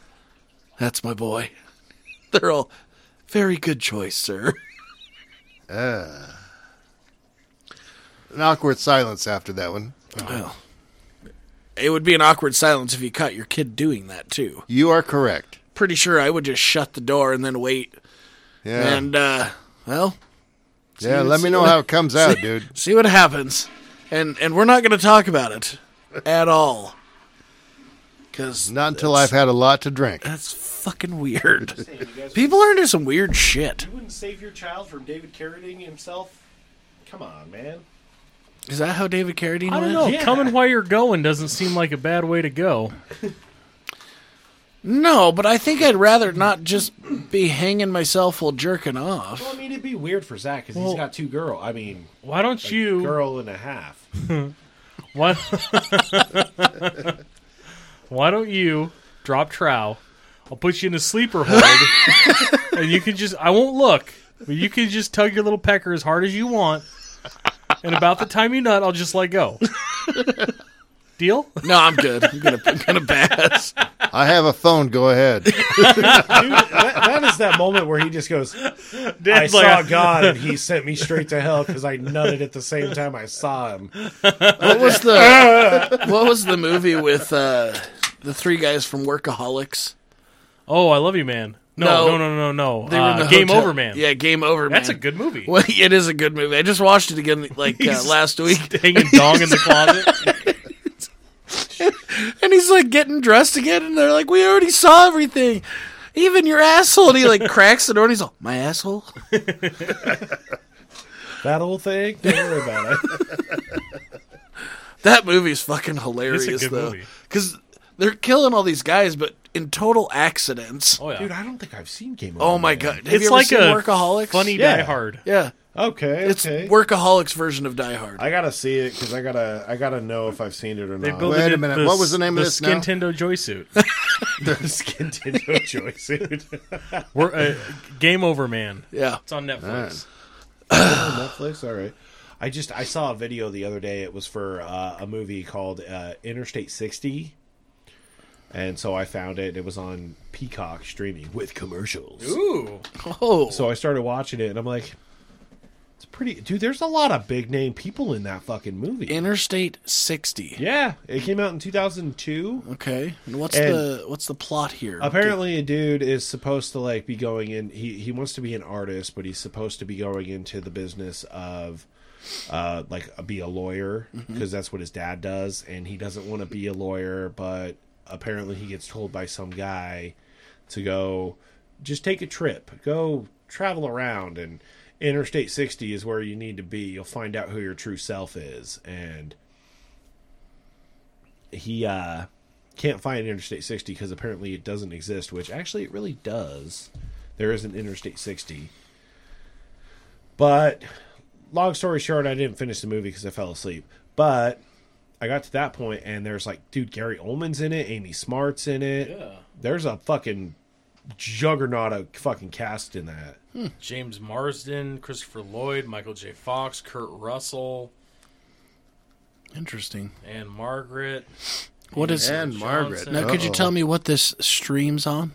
A: "That's my boy." <laughs> They're all very good
B: <laughs>
A: choice, sir.
C: An awkward silence after that one.
A: Well, it would be an awkward silence if you caught your kid doing that too.
C: You are correct.
A: Pretty sure I would just shut the door and then wait.
C: Yeah.
A: And uh, well,
C: yeah. Let me <laughs> know how it comes out, dude.
A: see what happens. And and we're not going to talk about
B: <laughs>
A: it at all because
C: Not until I've had a lot to drink.
A: that's fucking weird. People are into some weird shit.
D: You wouldn't save your child from David Carradine himself? Come on, man.
A: Is that how David Carradine?
B: I don't
A: went?
B: know.
D: Yeah.
B: Coming while you're going doesn't seem like a bad way to go.
A: No, but I think I'd rather not just be hanging myself while jerking off.
D: Well, I mean, it'd be weird for Zach because
B: Well-
D: he's got two girl. I mean,
B: Why don't you?
D: girl and a half.
B: Why, <laughs> why don't you drop trow? I'll put you in a sleeper hold,
A: <laughs>
B: and you can just—I won't look, but you can just tug your little pecker as hard as you want. And about the time you nut, I'll just let
A: <laughs>
B: go. Deal?
A: No, I'm good. I'm gonna, I'm gonna pass.
C: I have a phone. Go ahead.
D: Dude, that, that is that moment where he just goes, "I saw God and He sent me straight to hell because I nutted at the same time I saw Him."
A: What was the
B: <laughs>
A: What was the movie with uh, the three guys from Workaholics?
B: Oh, I love you, man. No,
A: No.
B: no, no, no, no.
A: They were in
B: Uh,
A: the
B: Game
A: hotel-
B: over, man.
A: Yeah, Game Over Man.
B: that's a good movie.
A: <laughs> Well, it is a good movie. I just watched it again
B: <laughs>
A: like uh,
B: He's-
A: last week,
B: Hanging dong in the
A: <laughs>
B: closet.
A: and he's like getting dressed again, and they're like, "We already saw everything, even your asshole." And he like cracks the door, and he's like, "My asshole."
D: That old thing. Don't worry
A: <laughs>
D: about it.
A: That movie is fucking hilarious,
B: good
A: though,
B: movie.
A: because they're killing all these guys, but in total accidents.
B: Oh yeah.
D: Dude, I don't think I've seen Game Over.
A: Oh my
D: Man.
A: god! Have you
B: it's
A: ever
B: like
A: seen
B: a
A: Workaholics?
B: funny
D: Yeah.
B: Die Hard.
A: yeah.
D: Okay,
A: It's
D: okay.
A: Workaholics version of Die Hard.
D: I gotta see it because I gotta I gotta know if I've seen it or
B: They
D: not.
B: built
C: Wait
B: it
C: a
B: in
C: minute, what was the name of this now?
B: Nintendo joy suit.
D: Skin <laughs> Nintendo choice, dude.
B: We're uh, Game Over Man.
A: yeah.
B: It's on Netflix.
D: Netflix. All right. I just I saw a video the other day. It was for uh, a movie called uh, Interstate 60, and so I found it. It was on Peacock streaming with commercials.
B: Ooh.
A: Oh,
D: So I started watching it, and I'm like, it's pretty, dude. There's a lot of big name people in that fucking movie.
A: Interstate 60.
D: yeah, it came out in 2002.
A: Okay. And what's
D: And-
A: the what's the plot here?
D: Apparently, a dude is supposed to like be going in. He he wants to be an artist, but he's supposed to be going into the business of, uh, like be a lawyer because that's what his dad does, and he doesn't want to be a lawyer, but apparently he gets told by some guy to go, just take a trip, go travel around, and Interstate 60 is where you need to be. You'll find out who your true self is, and he uh can't find Interstate 60 because apparently it doesn't exist, which actually it really does. There is an Interstate 60. But long story short, I didn't finish the movie because I fell asleep. But I got to that point and there's like, dude, Gary Oldman's in it, Amy Smart's in it.
B: Yeah.
D: There's a fucking juggernaut of fucking cast in that.
B: James Marsden, Christopher Lloyd, Michael J. Fox, Kurt Russell,
A: Interesting.
B: and Margaret.
A: What is
C: And Margaret.
B: Johnson.
A: Now could you
C: Uh-oh.
A: tell me what this streams on?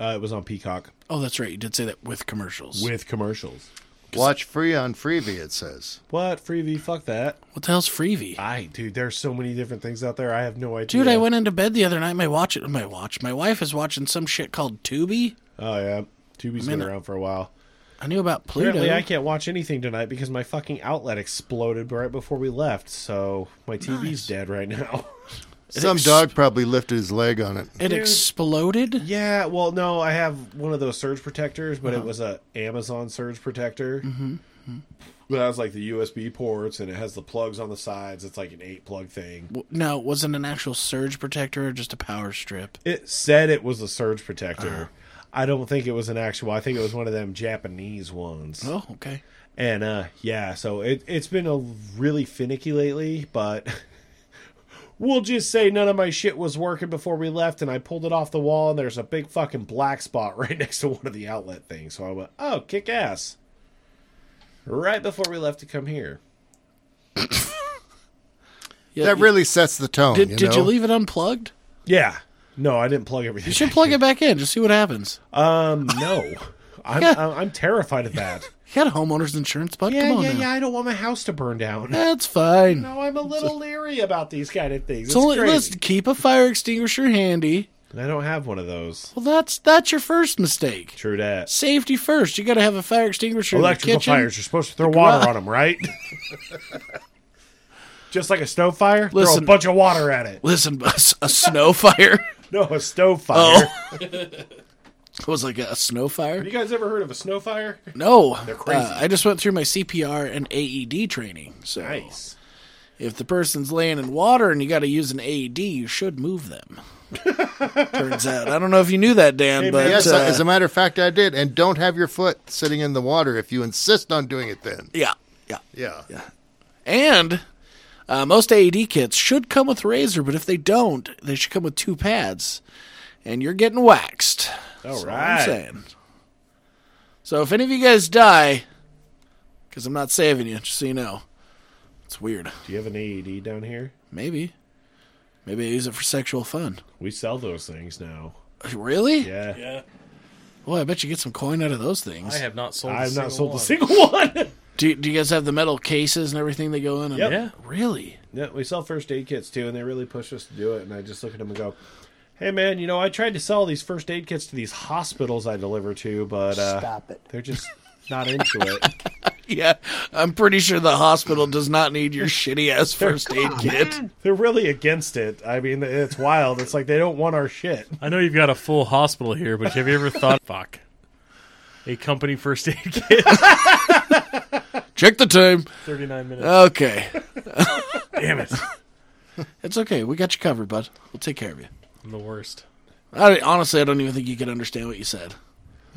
D: Uh, it was on Peacock
A: Oh, that's right. You did say that with commercials.
D: with commercials.
C: Watch free on Freebie, it says.
D: What? Freebie? Fuck that.
A: what the hell's Freebie?
D: I, dude, there's so many different things out there. I have no idea.
A: Dude, I went into bed the other night. My watch, my watch, my wife is watching some shit called Tubi.
D: Oh, yeah. Tubi's been
A: mean,
D: around for a while.
A: I knew about Pluto.
D: Apparently, I can't watch anything tonight because my fucking outlet exploded right before we left, so my TV's dead right now. <laughs>
C: Some
A: ex-
C: dog probably lifted his leg on it.
A: It exploded.
D: yeah, well, no, I have one of those surge protectors, but it was a Amazon surge protector. Uh-huh. Mm-hmm. But I was like the USB ports, and it has the plugs on the sides. It's like an eight plug thing.
A: W- No, it wasn't an actual surge protector or just a power strip.
D: It said it was a surge protector. I don't think it was an actual. I think it was one of them Japanese ones.
A: Oh, okay.
D: And uh yeah, so it it's been a really finicky lately, but <laughs> we'll just say none of my shit was working before we left and I pulled it off the wall and there's a big fucking black spot <laughs> right next to one of the outlet things. So I went, "Oh, kick ass." Right before we left to come here.
A: Yeah,
C: That
A: you-
C: really sets the tone.
A: did.
C: you
A: did you
C: know?
A: leave it unplugged?
D: Yeah. No, I didn't plug everything.
A: You should plug it back in. Just see what happens.
D: Um
A: <laughs>
D: no. I'm
A: Yeah.
D: I'm I'm terrified of that.
A: You got homeowners insurance, bud. <laughs>
D: Yeah,
A: Come on
D: yeah,
A: now.
D: yeah. I don't want my house to burn down. <laughs>
A: That's fine.
D: No, I'm a little leery about these kind of things. It's,
A: so let,
D: crazy.
A: let's keep a fire extinguisher handy.
D: I don't have one of those.
A: Well, that's that's your first mistake.
D: True that.
A: Safety first. You got to have a fire extinguisher in the
D: Electrical
A: kitchen.
D: fires, you're supposed to throw water
A: garage-
D: on
A: <laughs>
D: them, right? Just like a stove fire, throw
A: Listen.
D: a bunch of water at it.
A: Listen, <laughs> a, s- a snow fire. <laughs>
D: No, a stove fire.
A: Oh. It was like a snow fire.
D: You guys ever heard of a snow fire?
A: No,
D: crazy.
A: Uh, I just went through my CPR and AED training. So if the person's laying in water and you got to use an AED, you should move
D: <laughs>
A: them. Turns out, I don't know if you knew that, Dan,
D: Hey, man.
A: but
C: Yes,
A: uh,
C: as a matter of fact, I did. And don't have your foot sitting in the water if you insist on doing it then.
A: yeah, yeah,
C: Yeah.
A: and. Uh, most AED kits should come with razor, but if they don't, they should come with two pads, and you're getting waxed.
D: All
A: That's what I'm
D: right.
A: saying. So if any of you guys die, because I'm not saving you, just so you know, it's weird.
D: Do you have an AED down here?
A: Maybe, maybe I use it for sexual fun.
D: We sell those things now.
A: Really?
D: Yeah.
B: Yeah.
A: Boy, I bet you get some coin out of those things.
B: I have not sold.
D: I've not sold
B: one.
D: a single one. <laughs>
A: do, do you guys have the metal cases and everything they go in?
D: Yep.
B: Yeah.
A: Really?
D: yeah, we sell first aid kits too, and they really push us to do it. And I just look at them and go, hey, man, you know, I tried to sell these first aid kits to these hospitals I deliver to, but uh,
F: Stop it.
D: they're just not into
A: <laughs>
D: it.
A: Yeah. I'm pretty sure the hospital does not need your shitty ass first aid
D: <laughs>
F: Come on,
A: kit.
F: man.
D: They're really against it. I mean, it's wild. It's like they don't want our shit.
B: I know you've got a full hospital here, but have you ever thought, <laughs> fuck, a company first aid <laughs> kit?
A: Check the time.
B: 39 minutes.
D: Uh.
A: Okay.
B: Damn it.
A: it's okay. We got you covered, bud. We'll take care of you.
B: I'm the worst.
A: I, honestly, I don't even think you could understand what you said.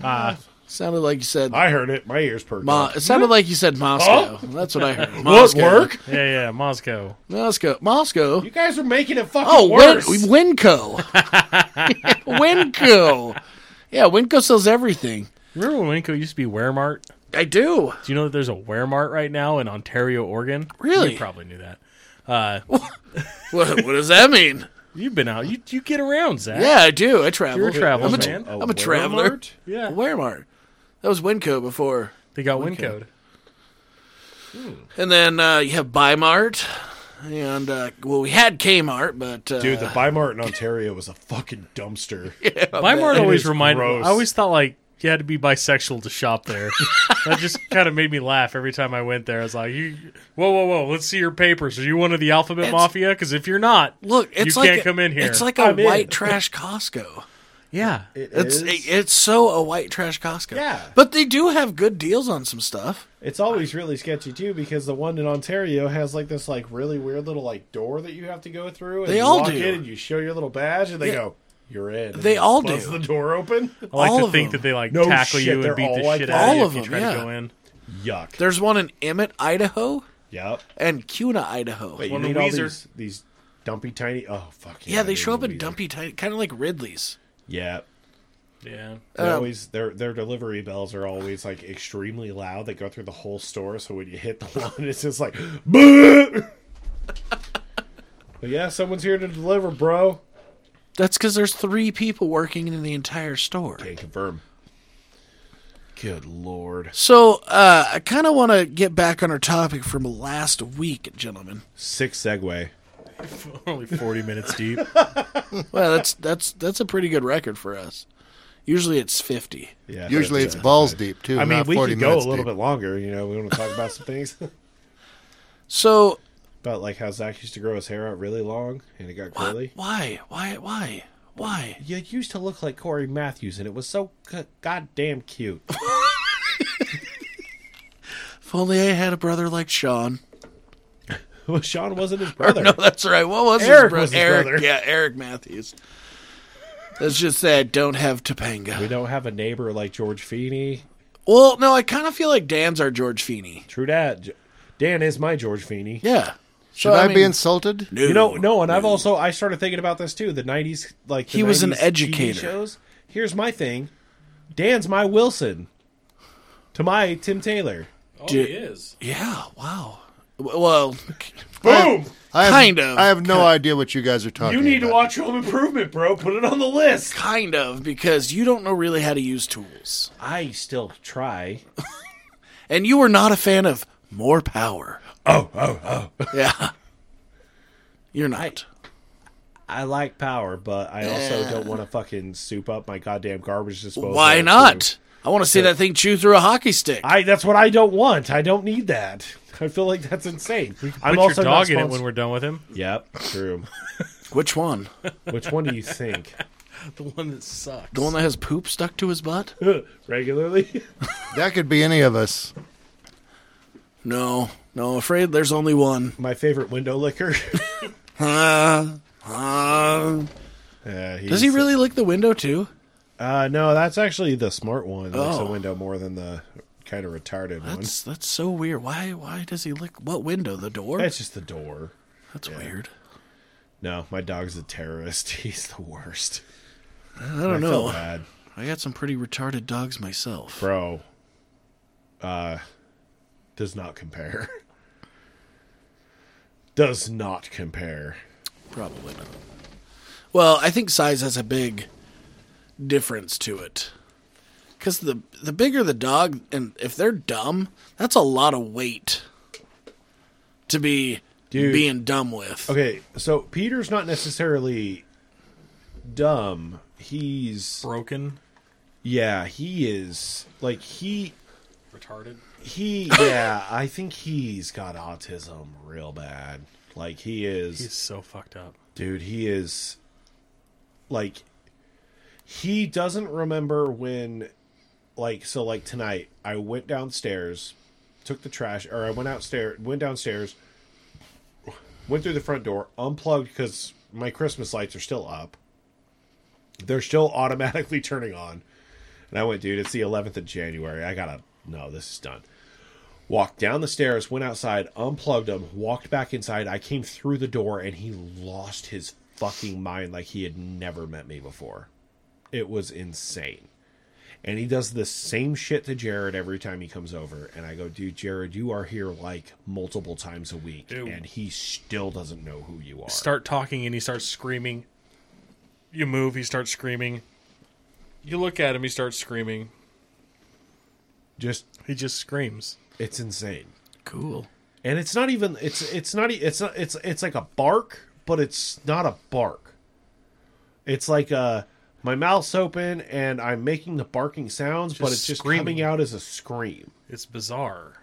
D: Ah,
A: Sounded like you said
D: I heard it. My ears perked.
A: Mo-
D: up.
A: it sounded like you said Moscow. That's what I heard.
D: What
A: Moscow.
D: work?
B: Yeah, yeah, Moscow.
A: Moscow. Moscow.
D: You guys are making it fucking
A: Oh, Win-
D: worse.
A: Winco. <laughs> Winco. Yeah, Winco sells everything.
B: Remember when Winco used to be Wearmart?
A: I do.
B: Do you know that there's a Walmart right now in Ontario, Oregon?
A: Really?
B: You probably knew that.
A: What, what does that mean?
B: You've been out. You you get around, Zach.
A: <laughs> Yeah, I do. I travel.
B: You're a traveler,
A: I'm a,
B: man.
A: I'm a traveler.
D: Walmart?
B: Yeah.
A: Walmart. That was Winco before.
B: They got Wincode.
A: And then uh, you have Bimart. And, uh, well, we had Kmart, but. Uh,
D: Dude, the Bimart in Ontario was a fucking
A: <laughs>
D: dumpster.
B: Weimar always
D: is
B: reminded.
D: gross.
B: I always thought like you had to be bisexual to shop there. that just kind of made me laugh every time I went there. I was like, you, whoa, whoa, whoa, let's see your papers. Are you one of the Alphabet
A: It's-
B: Mafia? Because if you're not,
A: Look, it's
B: you
A: like
B: can't
A: a-
B: come in here.
A: It's like a
D: I'm in. <laughs>
A: white trash Costco.
B: yeah,
A: It's it- it's so a white trash Costco.
D: Yeah.
A: but they do have good deals on some stuff.
D: It's always really sketchy too because the one in Ontario has like this like really weird little like door that you have to go through. And
A: They
D: you
A: all
D: walk
A: do.
D: in and you show your little badge and they
A: Yeah.
D: go, "You're in." And
A: They
D: you
A: all
D: buzz
A: do.
D: the door
A: <laughs>
D: open.
B: I like
A: all
B: to
A: of
B: think
A: them.
B: that they like
D: No
B: tackle
D: shit,
B: you
D: they're
B: and beat
D: all
B: the
D: like
B: shit
D: that.
B: out of
A: All
B: you
A: of
B: if you
A: them,
B: try
A: yeah.
B: to go in.
D: Yuck.
A: There's one in Emmett, Idaho,
D: Yep.
A: and Cuna, Idaho.
D: Wait, you
B: One of
D: need
B: the
D: all
B: Weezer.
D: these, these dumpy tiny. Oh fuck.
A: yeah, they
D: I
A: show
D: need
A: up in
D: Weezer.
A: dumpy, tiny, kind of like Ridley's.
D: Yeah.
B: Yeah,
D: They
A: Um,
D: always their their delivery bells are always like extremely loud. They go through the whole store, so when you hit the <laughs> one, it's just like, "Boo!" but yeah, someone's here to deliver, bro.
A: That's because there's three people working in the entire store.
D: Can confirm. Good lord.
A: So uh, I kind of want to get back on our topic from last week, gentlemen.
D: Sick segue.
B: <laughs> only forty minutes deep.
A: Well, that's that's that's a pretty good record for us. Usually it's fifty.
D: Yeah.
C: Usually
D: that's,
C: it's
D: uh,
C: balls deep too.
D: I mean,
C: not
D: we
C: 40
D: could go a
C: minutes
D: little
C: deep.
D: bit longer. You know, we want to talk about some things <laughs>
A: So
D: about like how Zach used to grow his hair out really long and it got curly.
A: uh, why why why why?
D: You used to look like Corey Matthews, and it was so c- goddamn cute. <laughs>
A: If only I had a brother like Sean.
D: well, Sean
A: <laughs>
D: wasn't his brother.
A: No, that's right. What was his,
D: Eric
A: bro-
D: was his
A: Eric,
D: brother.
A: Yeah, Eric Matthews. Let's just say I don't have Topanga.
D: We don't have a neighbor like George Feeney.
A: Well, no, I kind of feel like Dan's our George Feeney.
D: True that. J- Dan is my George Feeney.
A: Yeah.
C: Should I, be insulted?
A: No,
D: You know, no, and I've also I started thinking about this too. The '90s, like the
A: He was an
D: 90s TV
A: educator.
D: Shows. Here's my thing. Dan's my Wilson. To my Tim Taylor.
B: oh,
A: Dude.
B: he is.
A: Yeah. Wow. W- Well,
D: Boom!
C: I have,
A: Kind of.
C: I have no idea what you guys are talking.
D: You need to
C: about.
D: watch Home Improvement, bro. Put it on the list.
A: kind of because you don't know really how to use tools,
D: I still try.
A: and you were not a fan of more power.
D: Oh, oh, oh. <laughs>
A: Yeah. You're not.
D: I like power, but I also don't want to fucking soup up my goddamn garbage disposal.
A: Why
D: to-
A: not? I want to see that thing chew through a hockey stick.
D: I that's what I don't want. I don't need that. <laughs> I feel like that's insane. I'm
B: Put
D: also
B: your dog
D: not
B: in it
D: spons-
B: when we're done with him.
D: Yep,
A: <laughs>
D: true.
A: Which one?
D: Which one do you think? <laughs>
B: The one that sucks.
A: The one that has poop stuck to his butt?
D: Regularly? <laughs>
C: That could be any of us.
A: No. No, afraid there's only
D: <laughs>
A: one.
D: My favorite window licker. <laughs>
A: Uh, uh,
D: Uh,
A: Does he really lick the window too?
D: Uh, no, that's actually the smart one. that Licks
A: Oh.
D: the window more than the kind of retarded
A: That's that's so weird. Why why does he lick what window? The door?
D: one. That's just the door.
A: That's weird.
D: No, my dog's a terrorist. <laughs> He's the worst.
A: I don't
D: I feel
A: know.
D: bad,
A: I got some pretty retarded dogs myself.
D: bro. Uh, does not compare. <laughs> does not compare.
A: Probably not. Well, I think size has a big difference to it. Cuz the the bigger the dog and if they're dumb, that's a lot of weight to be
D: Dude.
A: being dumb with.
D: Okay, so Peter's not necessarily dumb. He's
B: broken,
D: yeah, he is like he
B: retarded.
D: he yeah, I think he's got autism real bad. Like he is
B: He's so fucked up.
D: dude, he is like he doesn't remember when like so like tonight I went downstairs, took the trash or I went outstairs, went downstairs, went through the front door, unplugged cuz my Christmas lights are still up. They're still automatically <laughs> turning on. And I went, dude, it's the 11th of January. I got to no, this is done. Walked down the stairs, went outside, unplugged him, walked back inside. I came through the door and he lost his fucking mind like he had never met me before. It was insane. And he does the same shit to Jared every time he comes over. And I go, dude, Jared, you are here like multiple times a week,
B: Ew.
D: and he still doesn't know who you are.
B: start talking and he starts screaming. You move, he starts screaming. You look at him, he starts screaming.
D: Just,
B: He just screams.
D: it's insane.
A: Cool.
D: and it's not even it's it's not e- it's not it's it's like a bark but it's not a bark it's like a my mouth's open and i'm making the barking sounds but
B: Just
D: it's just coming
B: screaming.
D: out as a scream
B: It's bizarre.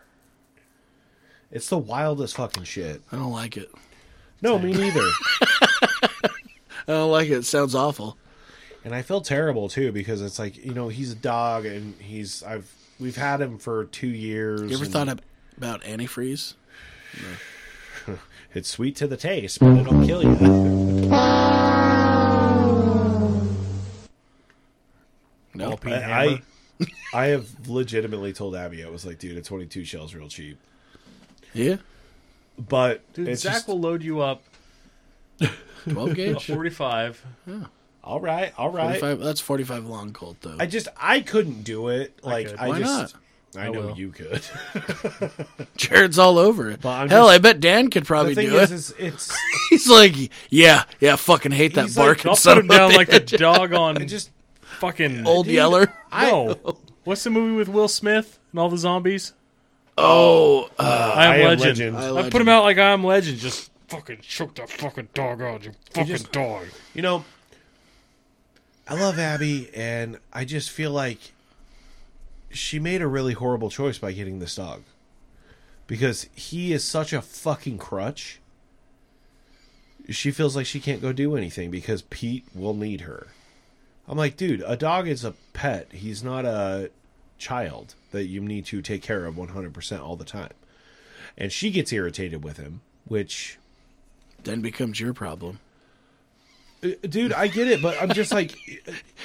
D: it's the wildest fucking shit
A: I don't like it.
D: no me neither
A: I don't like it. It sounds awful.
D: and i feel terrible too because it's like you know he's a dog and he's i've we've had him for two years
A: You ever
D: and
A: thought ab- about antifreeze?
D: it's sweet to the taste but it'll kill you
A: No.
B: All-peen hammer.
D: I, I i have legitimately told abby i was like dude a 22 shell's real cheap
A: Yeah.
D: but
B: Dude,
D: it's
B: Zach
D: just-
B: will load you up
A: Twelve
B: a
A: gauge.
B: 45.
D: All right, <laughs> all right.
A: 45, that's forty-five long Colt though.
D: I just I couldn't do it. Like
B: could.
D: I,
A: Why Oh,
D: just I
B: I
D: know
B: will.
D: you could.
A: Jared's all over it.
D: But I'm
A: Hell,
D: just-
A: I bet Dan could
D: <laughs> the
A: probably
D: thing
A: do
D: is,
A: it.
D: is it's
A: <laughs> he's like, yeah, yeah, I fucking hate that
D: He's like,
A: barking
B: I'll
A: son
B: put him
A: of a
B: down like the
A: bitch.
B: dog
A: <laughs>
B: on
D: just
B: fucking
A: old Yeller.
B: No. What's the movie with Will Smith and all the zombies?
A: Oh, uh,
B: I am,
D: I am
B: legend.
D: Legend. I
B: I,
A: Am
B: put
A: Legend.
B: him out like I am legend. Just fucking choke that fucking dog out. You fucking
D: just-
B: dog.
D: you know. I love Abby, and I just feel like she made a really horrible choice by getting this dog because he is such a fucking crutch. She feels like she can't go do anything because Pete will need her. I'm like, dude, a dog is a pet. He's not a child that you need to take care of 100% all the time. And she gets irritated with him, which
A: then becomes your problem.
D: Uh, dude, I get it, but I'm just like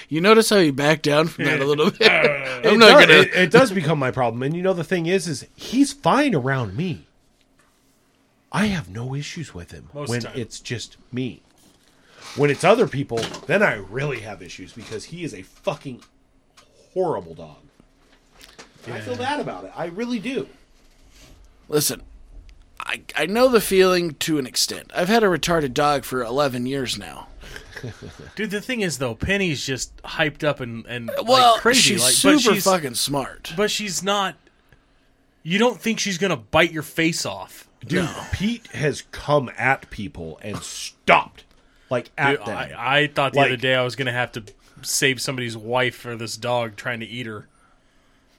A: You notice how he backed down from that a little bit. I'm
D: it
A: not
D: does-
A: gonna.
D: It, it does become my problem, and you know the thing is, is he's fine around me. I have no issues with him
B: Most
D: when
B: time.
D: it's just me. When it's other people, then I really have issues because he is a fucking horrible dog. I feel bad about it. I really do.
A: Listen, I I know the feeling to an extent. I've had a retarded dog for 11 years now.
B: Dude, the thing is though, Penny's just hyped up and and
A: Well,
B: like crazy.
A: she's
B: like,
A: super
B: but she's
A: fucking smart.
B: but she's not. You don't think she's gonna bite your face off?
D: Dude, Pete has come at people and stopped, like at
B: Dude,
D: them.
B: I, I thought the
D: Like-
B: other day I was gonna have to save somebody's wife for this dog trying to eat her.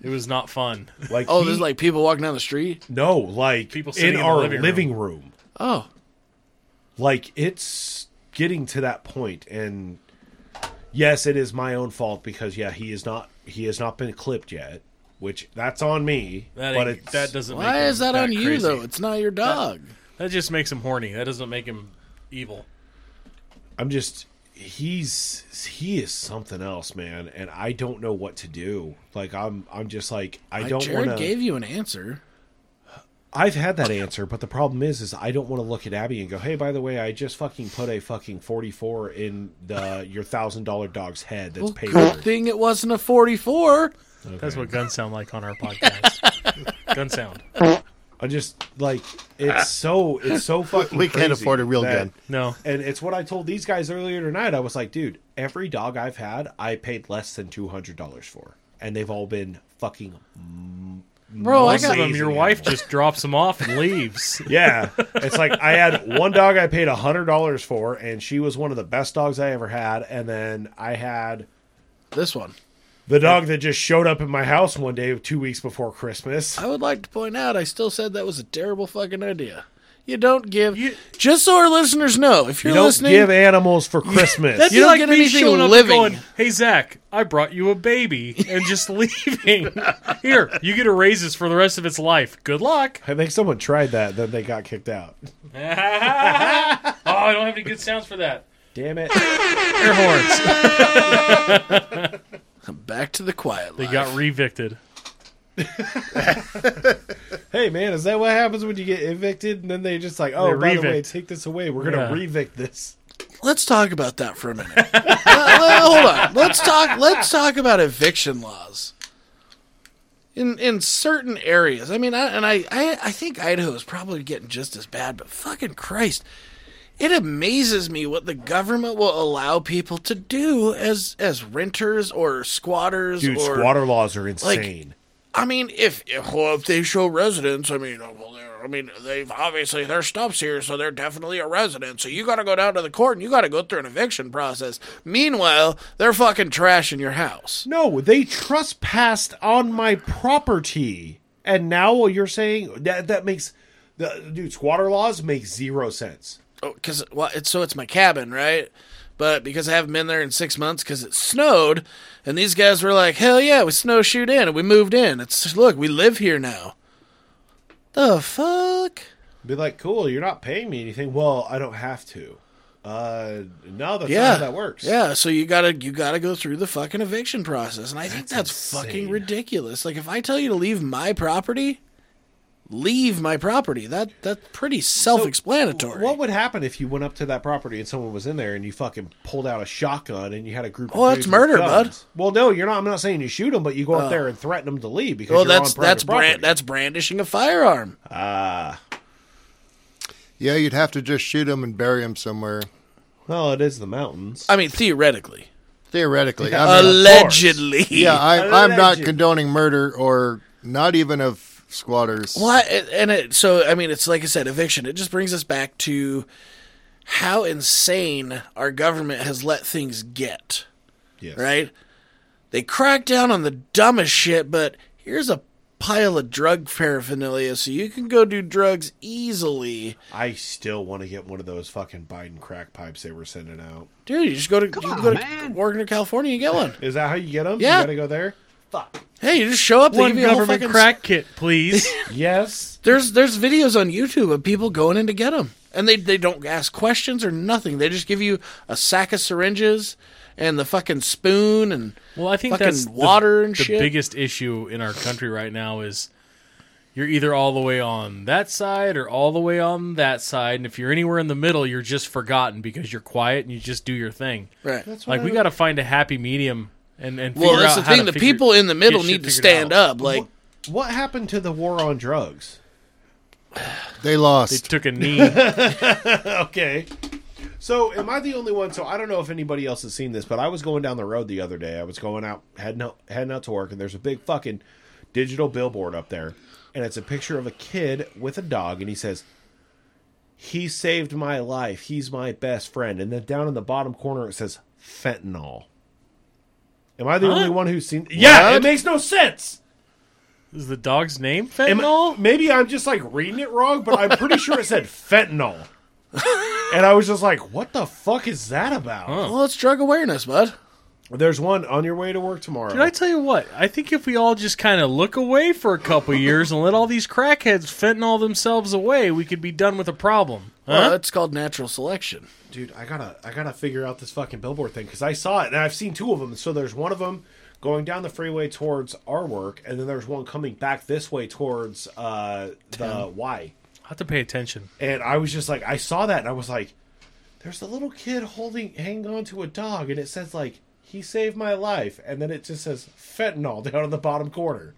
B: It was not fun.
D: like
A: oh,
D: he-
A: there's like people walking down the street.
D: no, like
B: People sitting
D: in
B: in the
D: our
B: living room.
D: living room.
A: Oh,
D: like it's getting to that point and yes it is my own fault because yeah he is not he has not been clipped yet which that's on me
B: That
D: but
B: ain't-
D: it's
B: that doesn't. make
A: why
B: him
A: is that, on you
B: crazy.
A: though? It's not your dog.
B: That just makes him horny. That doesn't make him evil.
D: i'm just he's he is something else man and i don't know what to do like i'm i'm just like i
A: Like,
D: don't
A: Jared
D: want to
A: gave you an answer.
D: i've had that answer but the problem is is i don't want to look at abby and go hey by the way i just fucking put a fucking 44 in the your thousand dollar dog's head that's paid
A: Good thing it wasn't a 44.
B: That's what guns sound like on
A: <laughs>
B: our podcast. gun sound.
D: I just like
C: <laughs>
D: it's so it's so fucking.
C: We can't
D: crazy
C: afford a real gun.
B: No.
D: and it's what I told these guys earlier tonight. I was like, dude, every dog I've had, I paid less than two hundred dollars for, and they've all been fucking. <laughs>
A: Bro, I
B: Most of
A: got
B: them,
D: amazing
B: your wife just drops them off and
A: <laughs>
B: leaves.
D: Yeah, it's like I had one dog I paid hundred dollars for, and she was one of the best dogs I ever had, and then I had.
A: this one.
D: The dog that just showed up at my house one day, two weeks before Christmas.
A: I would like to point out, I still said that was a terrible fucking idea. You don't give.
B: You-
A: just so our listeners know, if you're
D: You don't
A: listening,
D: give animals for <laughs> Christmas.
A: You don't get anything living.
B: hey Zach, I brought you a baby, and
A: <laughs>
B: just leaving. Here, you get a raises for the rest of its life. Good luck.
D: I think someone tried that, then they got kicked out.
B: Oh, I don't have any good sounds for that.
D: Damn it.
B: Air horns.
A: back to the quiet
B: They
A: life.
B: got revicted.
D: Hey man, is that what happens when you get evicted? And then they just like, oh,
B: They
D: by the way,
B: revict.
D: take this away. We're gonna
B: Yeah.
D: revict this.
A: let's talk about that for a minute. <laughs> Uh, uh, hold on. Let's talk. Let's talk about eviction laws. In in certain areas, I mean, I, and I, I I think Idaho is probably getting just as bad. But fucking Christ, it amazes me what the government will allow people to do as as renters or squatters
D: Dude,
A: or
D: squatter laws are insane.
A: I mean, if if, well, if they show residence, I mean, uh, well, they're- I mean, they've obviously their stuff's here, so they're definitely a resident. So you got to go down to the court and you got to go through an eviction process. Meanwhile, they're fucking trashing your house.
D: no, they trespassed on my property, and now you're saying that that makes the dude squatter laws make zero sense.
A: Because Oh, well, it's so it's my cabin, right? But because I haven't been there in six months because it snowed, and these guys were like, "Hell yeah, we snowshoed in and we moved in." It's look, we live here now. The fuck.
D: Be like, cool, you're not paying me anything. Well, I don't have to. Uh, no, that's
A: yeah
D: not how that works.
A: yeah so you gotta you gotta go through the fucking eviction process and i think that's
D: insane.
A: fucking ridiculous like if i tell you to leave my property leave my property that that's pretty self-explanatory
D: What would happen if you went up to that property and someone was in there and you fucking pulled out a shotgun and you had a group?
A: Well,
D: of
A: Oh, that's
D: dudes with
A: murder, Oh.
D: guns? Well, no, you're not. I'm not saying you shoot them, but you go up there and threaten them to leave because
A: well
D: you're
A: that's
D: on private
A: that's brand,
D: property.
A: that's brandishing a firearm
C: Yeah, you'd have to just shoot him and bury him somewhere.
D: well, it is the mountains.
A: i mean theoretically
C: Theoretically, I mean, uh,
A: allegedly
C: yeah, I, I'm not
D: Alleged.
C: condoning murder or not even of squatters.
A: Well, I- and it, so I mean, it's like I said, eviction. It just brings us back to how insane our government has let things get.
D: Yes.
A: Right? They crack down on the dumbest shit, but here's a pile of drug paraphernalia, so you can go do drugs easily,
D: I still want to get one of those fucking Biden crack pipes they were sending out.
A: dude. You just go to you can go
F: on,
A: to
F: man.
A: Oregon or California, you get one.
D: Is that how you get them?
A: Yeah.
D: You gotta go there. Fuck.
A: Hey, you just show up. They
B: One
A: give you a whole
B: government
A: fucking
B: crack kit, please.
D: Yes.
A: There's there's videos on YouTube of people going in to get them, and they they don't ask questions or nothing. They just give you a sack of syringes and the fucking spoon and
B: <laughs> Well, I think
A: Fucking
B: that's
A: water
B: the,
A: and
B: the
A: shit.
B: biggest issue in our country right now is you're either all the way on that side or all the way on that side, and if you're anywhere in the middle, you're just forgotten because you're quiet and you just do your thing.
A: right.
B: Like we got to find a happy medium and and
A: well,
B: figure
A: that's
B: out
A: the
B: how to
A: thing. The
B: figure-
A: people in the middle
B: get
A: need
B: shit
A: to
B: figured
A: stand
B: out.
A: up. Like
D: What happened to the war on drugs?
C: they
B: They
C: lost.
B: took a knee. <laughs>
D: <laughs> Okay. So, am I the only one? So, I don't know if anybody else has seen this, but I was going down the road the other day. I was going out, heading out, heading out to work, and there's a big fucking digital billboard up there, and it's a picture of a kid with a dog, and he says, "He saved my life. He's my best friend." And then down in the bottom corner, it says fentanyl. Am I the only one who's seen? Yeah, it makes no sense.
B: is the dog's name
D: Am I-
B: fentanyl?
D: maybe I'm just like reading it wrong, but I'm pretty sure it said fentanyl. and I was just like, what the fuck is that about?
A: well, it's drug awareness, bud.
D: There's one on your way to work tomorrow.
B: Did I tell you what? I think if we all just kind of look away for a couple years and let all these crackheads fentanyl themselves away, we could be done with a problem.
A: Well, it's called natural selection.
D: Dude, I gotta, I gotta figure out this fucking billboard thing because I saw it and I've seen two of them. So there's one of them going down the freeway towards our work, and then there's one coming back this way towards uh, the Y.
B: I have to pay attention.
D: And I was just like, I saw that and I was like, there's a little kid holding, hanging on to a dog, and it says, like, he saved my life. And then it just says fentanyl <laughs> down in the bottom corner.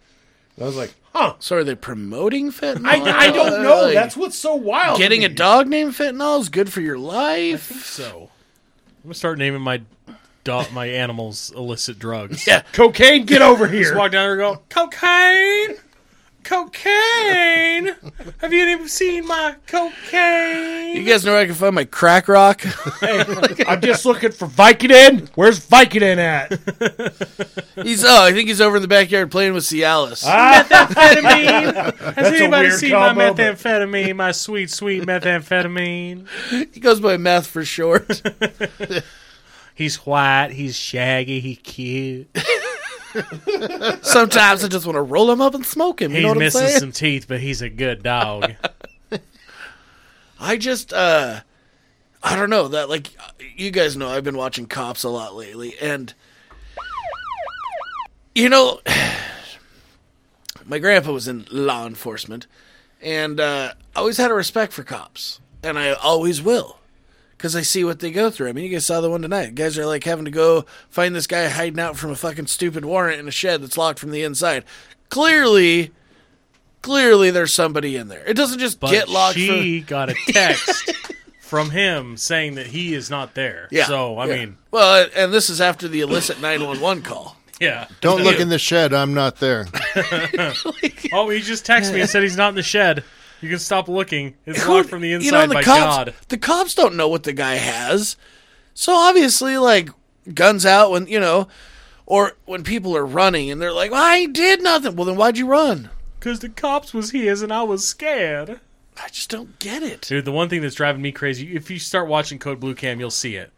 D: And I was like, huh.
A: So are they promoting fentanyl? Uh,
D: I,
A: <laughs>
D: I don't know.
A: Like,
D: That's what's so wild. to
A: getting a
D: me.
A: dog named fentanyl is good for your life.
B: So I'm gonna start naming my dog, my animals illicit drugs.
A: Yeah. <laughs>
D: Cocaine, get over
B: Just
D: here.
B: walk down there and go cocaine, cocaine. Have you even seen my cocaine?
A: You guys know where I can find my crack rock? <laughs>
D: I'm just looking for Vicodin. Where's Vicodin
A: <laughs>
D: at?
A: he's oh, I think he's over in the backyard playing with Cialis.
D: Ah. <laughs>
B: Methamphetamine. Has
D: a
B: anybody
D: weird
B: seen my
D: combo, but-
B: methamphetamine? My sweet, sweet methamphetamine.
A: He goes by meth for short. <laughs>
B: He's white. He's shaggy. He's cute.
A: Sometimes I just want to roll him up and smoke him. You
B: He's
A: know what I'm
B: missing
A: saying?
B: some teeth, but he's a good
A: <laughs>
B: dog.
A: I just, uh, I don't know that. Like, you guys know, I've been watching cops a lot lately, and you know, <sighs> my grandpa was in law enforcement, and uh, I always had a respect for cops, and I always will, because I see what they go through. I mean, you guys saw the one tonight. Guys are like having to go find this guy hiding out from a fucking stupid warrant in a shed that's locked from the inside. Clearly, clearly there's somebody in there. It doesn't just
B: But
A: get locked.
B: she got a text <laughs> from him saying that he is not there.
A: Yeah.
B: So I
A: yeah.
B: mean,
A: well, and- and this is after the illicit
B: <laughs>
A: 911 call.
B: yeah.
C: Don't look in the shed. I'm not there.
B: Oh, he just texted me and said he's not in the shed. You can stop looking. It's locked from the inside
A: the
B: by
A: cops,
B: God.
A: The cops don't know what the guy has. So obviously, like, guns out when, you know, or when people are running and they're like, well, I ain't did nothing. Well, then why'd you run?
B: Because the cops was his and I was scared.
A: I just don't get it.
B: Dude, the one thing that's driving me crazy, if you start watching Code Blue Cam, you'll see it.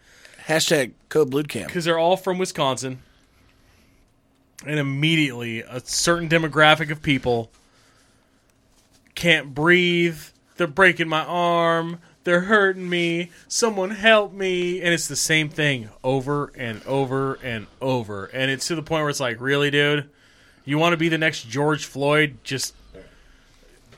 A: Hashtag code
B: <laughs>
A: blue camp.
B: Because they're all from Wisconsin. And immediately, a certain demographic of people can't breathe. They're breaking my arm. They're hurting me. Someone help me. And it's the same thing over and over and over. And it's to the point where it's like, really, dude? You want to be the next George Floyd? Just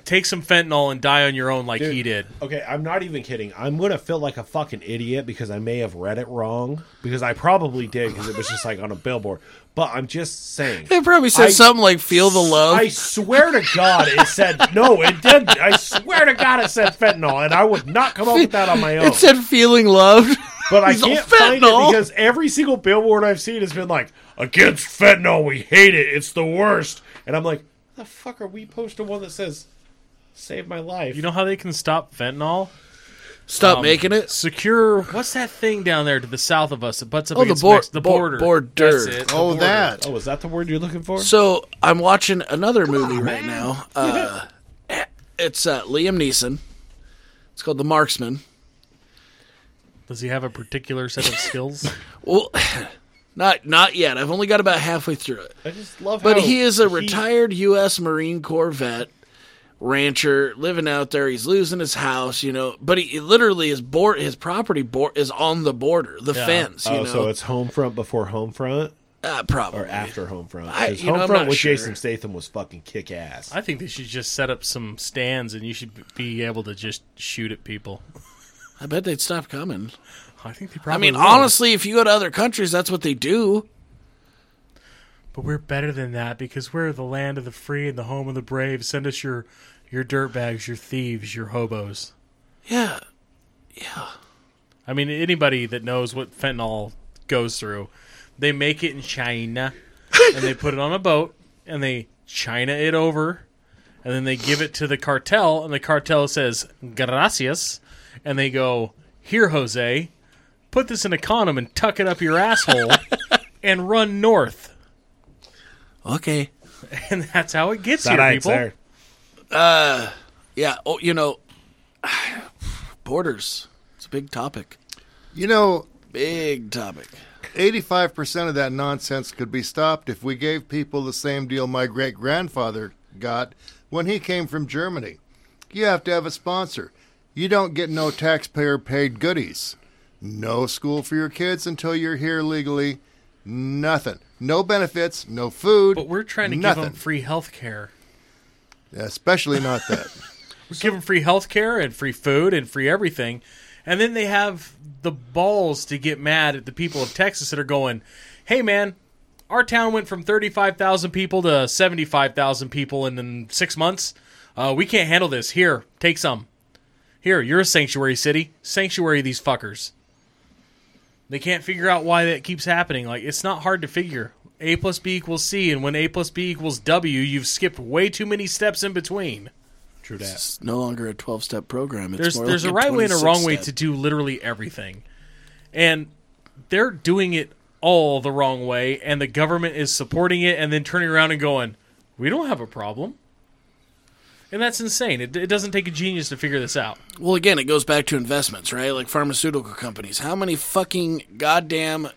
B: take some fentanyl and die on your own like he did.
D: Okay, I'm not even kidding. I'm gonna feel like a fucking idiot because I may have read it wrong because I probably did because it was just like on a billboard. But I'm just saying.
A: They probably said
D: I-
A: something like, feel the love.
D: I swear to God, it said no. It did. not I swear to God, it said fentanyl, and I would not come up with that on my
A: <laughs>
D: own.
A: it said feeling loved. <laughs>
D: but I
A: It's all
D: can't find it
A: fentanyl.
D: because every single billboard I've seen has been like against fentanyl. We hate it. It's the worst. And I'm like, the fuck are we posting one that says save my life?
B: You know how they can stop fentanyl?
A: Stop
B: Um,
A: making it.
B: secure what's that thing down there to the south of us that butts up
A: Oh, the
B: against
A: bor-
B: Mex- the
A: bo-
B: border
A: border.
B: That's it, the
C: Oh,
B: border.
C: that.
D: oh, is that the word you're looking for?
A: So I'm watching another movie right now. Uh, it's uh, Liam Neeson. It's called The Marksman.
B: does he have a particular set of skills
A: Well, <sighs> not not yet. I've only got about halfway through it.
D: I just love.
A: But
D: how
A: he is a retired U.S. Marine Corps vet, rancher, living out there. He's losing his house, you know. But he, he literally is board. His property board is on the border, the fence. You
D: Oh,
A: know,
D: so it's home front before home front
A: uh, probably
D: or after home front?
A: I-
D: Because
A: you know,
D: home
A: I'm
D: front
A: not
D: with
A: sure.
D: Jason Statham was fucking kick ass.
B: <laughs> i think they should just set up some stands and you should be able to just shoot at people
A: I bet they'd stop coming.
B: i think they
A: I
B: probably
A: mean,
B: will.
A: honestly, if you go to other countries, that's what they do.
B: but we're better than that because we're the land of the free and the home of the brave send us your your dirtbags your thieves your hobos
A: Yeah,
B: i mean anybody that knows what fentanyl goes through they make it in china and they put it on a boat and they china it over and then they give it to the cartel and the cartel says gracias and they go here jose put this in a condom and tuck it up your asshole and run north <laughs>
A: okay.
B: and that's how it gets
D: That
B: here
D: ain't
B: people
D: there.
A: Yeah, oh, you know, <sighs> borders. It's a big topic.
C: You know,
A: Big topic.
C: 85% of that nonsense could be stopped if we gave people the same deal my great grandfather got when he came from Germany. You have to have a sponsor. You don't get no taxpayer paid goodies. No school for your kids until you're here legally. Nothing. No benefits, no food.
B: but we're trying to
C: nothing.
B: give them free health care
C: Especially not that.
B: We give them free health care and free food and free everything. And then they have the balls to get mad at the people of Texas that are going, hey, man, our town went from 35,000 people to 75,000 people in, in six months. Uh, we can't handle this. Here, take some. Here, you're a sanctuary city. Sanctuary these fuckers. They can't figure out why that keeps happening. Like, it's not hard to figure. A plus B equals C, and when A plus B equals W, you've skipped way too many steps in between.
D: True that.
A: It's no longer a 12 step program. It's
B: there's
A: more
B: there's
A: like
B: a right way and a wrong way to
A: 26 step.
B: do literally everything and they're doing it all the wrong way and the government is supporting it and then turning around and going we don't have a problem and that's insane it, it doesn't take a genius to figure this out
A: Well, again, it goes back to investments, right? Like pharmaceutical companies. How many fucking goddamn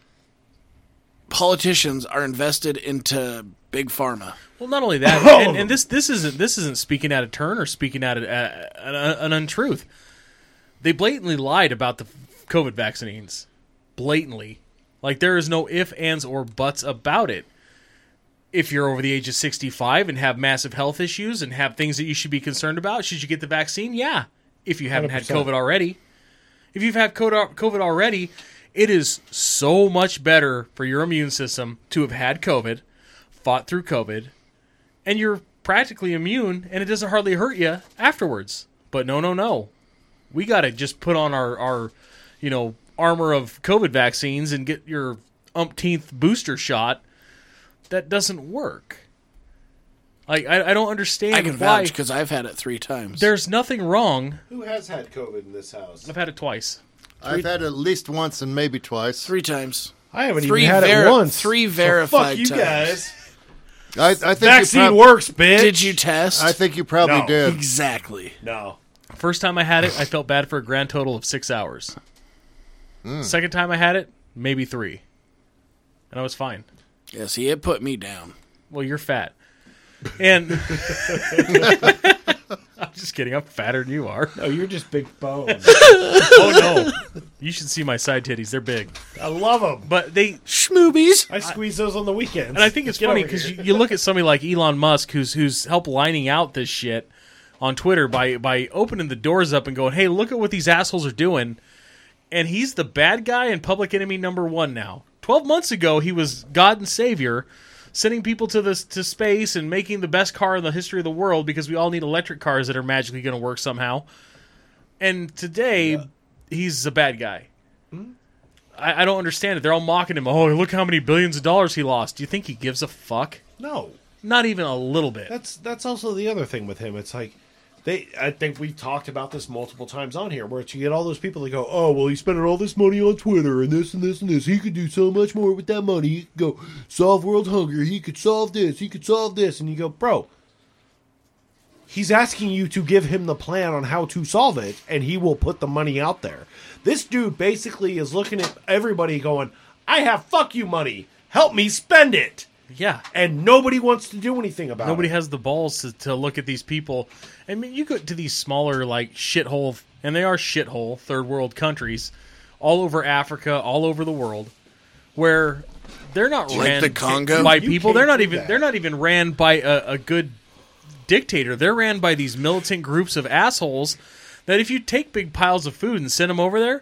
A: politicians are invested into big pharma?
B: well not only that and, and this this isn't this isn't speaking out of turn or speaking out of uh, an, an untruth they blatantly lied about the covid vaccines blatantly like there is no if ands or buts about it if you're over the age of 65 and have massive health issues and have things that you should be concerned about, should you get the vaccine? Yeah. If you haven't had
D: 100%.
B: COVID already. If you've had COVID COVID already, it is so much better for your immune system to have had COVID, fought through COVID, and you're practically immune, and it doesn't hardly hurt you afterwards. But no, no, no, we got to just put on our our you know armor of COVID vaccines and get your umpteenth booster shot. That doesn't work. Like I, I don't understand
A: I can
B: why.
A: vouch because I've had it three times.
B: There's nothing wrong.
D: <laughs> Who has had COVID in this house?
B: I've had it twice.
C: I've had it at least once and maybe twice.
A: three times.
D: I haven't
A: Three
D: even had
A: ver-
D: it once.
A: Three
D: So
A: verified
D: fuck you
A: times.
D: guys.
C: I, I think
D: Vaccine
C: you prob-
D: works, bitch.
A: Did you test?
C: I think you probably
D: No.
C: did.
A: exactly.
D: No.
B: First time I had it, I felt bad for a grand total of six hours.
A: Hmm.
B: Second time I had it, maybe three, and I was fine.
A: Yeah, see, it put me down.
B: Well, you're fat, and <laughs> I'm just kidding. I'm fatter than you are.
D: No, you're just big bone.
B: <laughs> Oh no, you should see my side titties. They're big,
D: I love them.
B: but they
A: Schmoobies.
D: I squeeze those on the weekends.
B: And I think it's
D: Get
B: funny
D: over
B: because
D: here.
B: you, you look at somebody like Elon Musk, who's who's helped lining out this shit on Twitter by by opening the doors up and going, "Hey, look at what these assholes are doing," and he's the bad guy and public enemy number one now. Twelve months ago, he was God and Savior, sending people to this to space and making the best car in the history of the world because we all need electric cars that are magically going to work somehow. And today, he's a bad guy. I, I don't understand it. They're all mocking him. Oh, look how many billions of dollars he lost. Do you think he gives a fuck?
D: no.
B: Not even a little bit.
D: That's that's also the other thing with him. It's like they. I think we've talked about this multiple times on here, where it's, you get all those people that go, "Oh, well, he's spending all this money on Twitter and this and this and this. He could do so much more with that money. He could go solve world hunger. He could solve this. He could solve this." And you go, "Bro." He's asking you to give him the plan on how to solve it, and he will put the money out there. This dude basically is looking at everybody going, I have fuck you money. Help me spend it.
B: yeah.
D: And nobody wants to do anything about
B: Nobody
D: it.
B: has the balls to, to look at these people. I mean, you go to these smaller, like, shithole, and they are shithole third world countries all over Africa, all over the world, where they're not
A: like
B: ran
A: the Congo?
B: by
D: You
B: people.
D: can't
B: They're not
D: do
B: even
D: that.
B: they're not even ran by a, a good dictator. They're ran by these militant groups of assholes that if you take big piles of food and send them over there,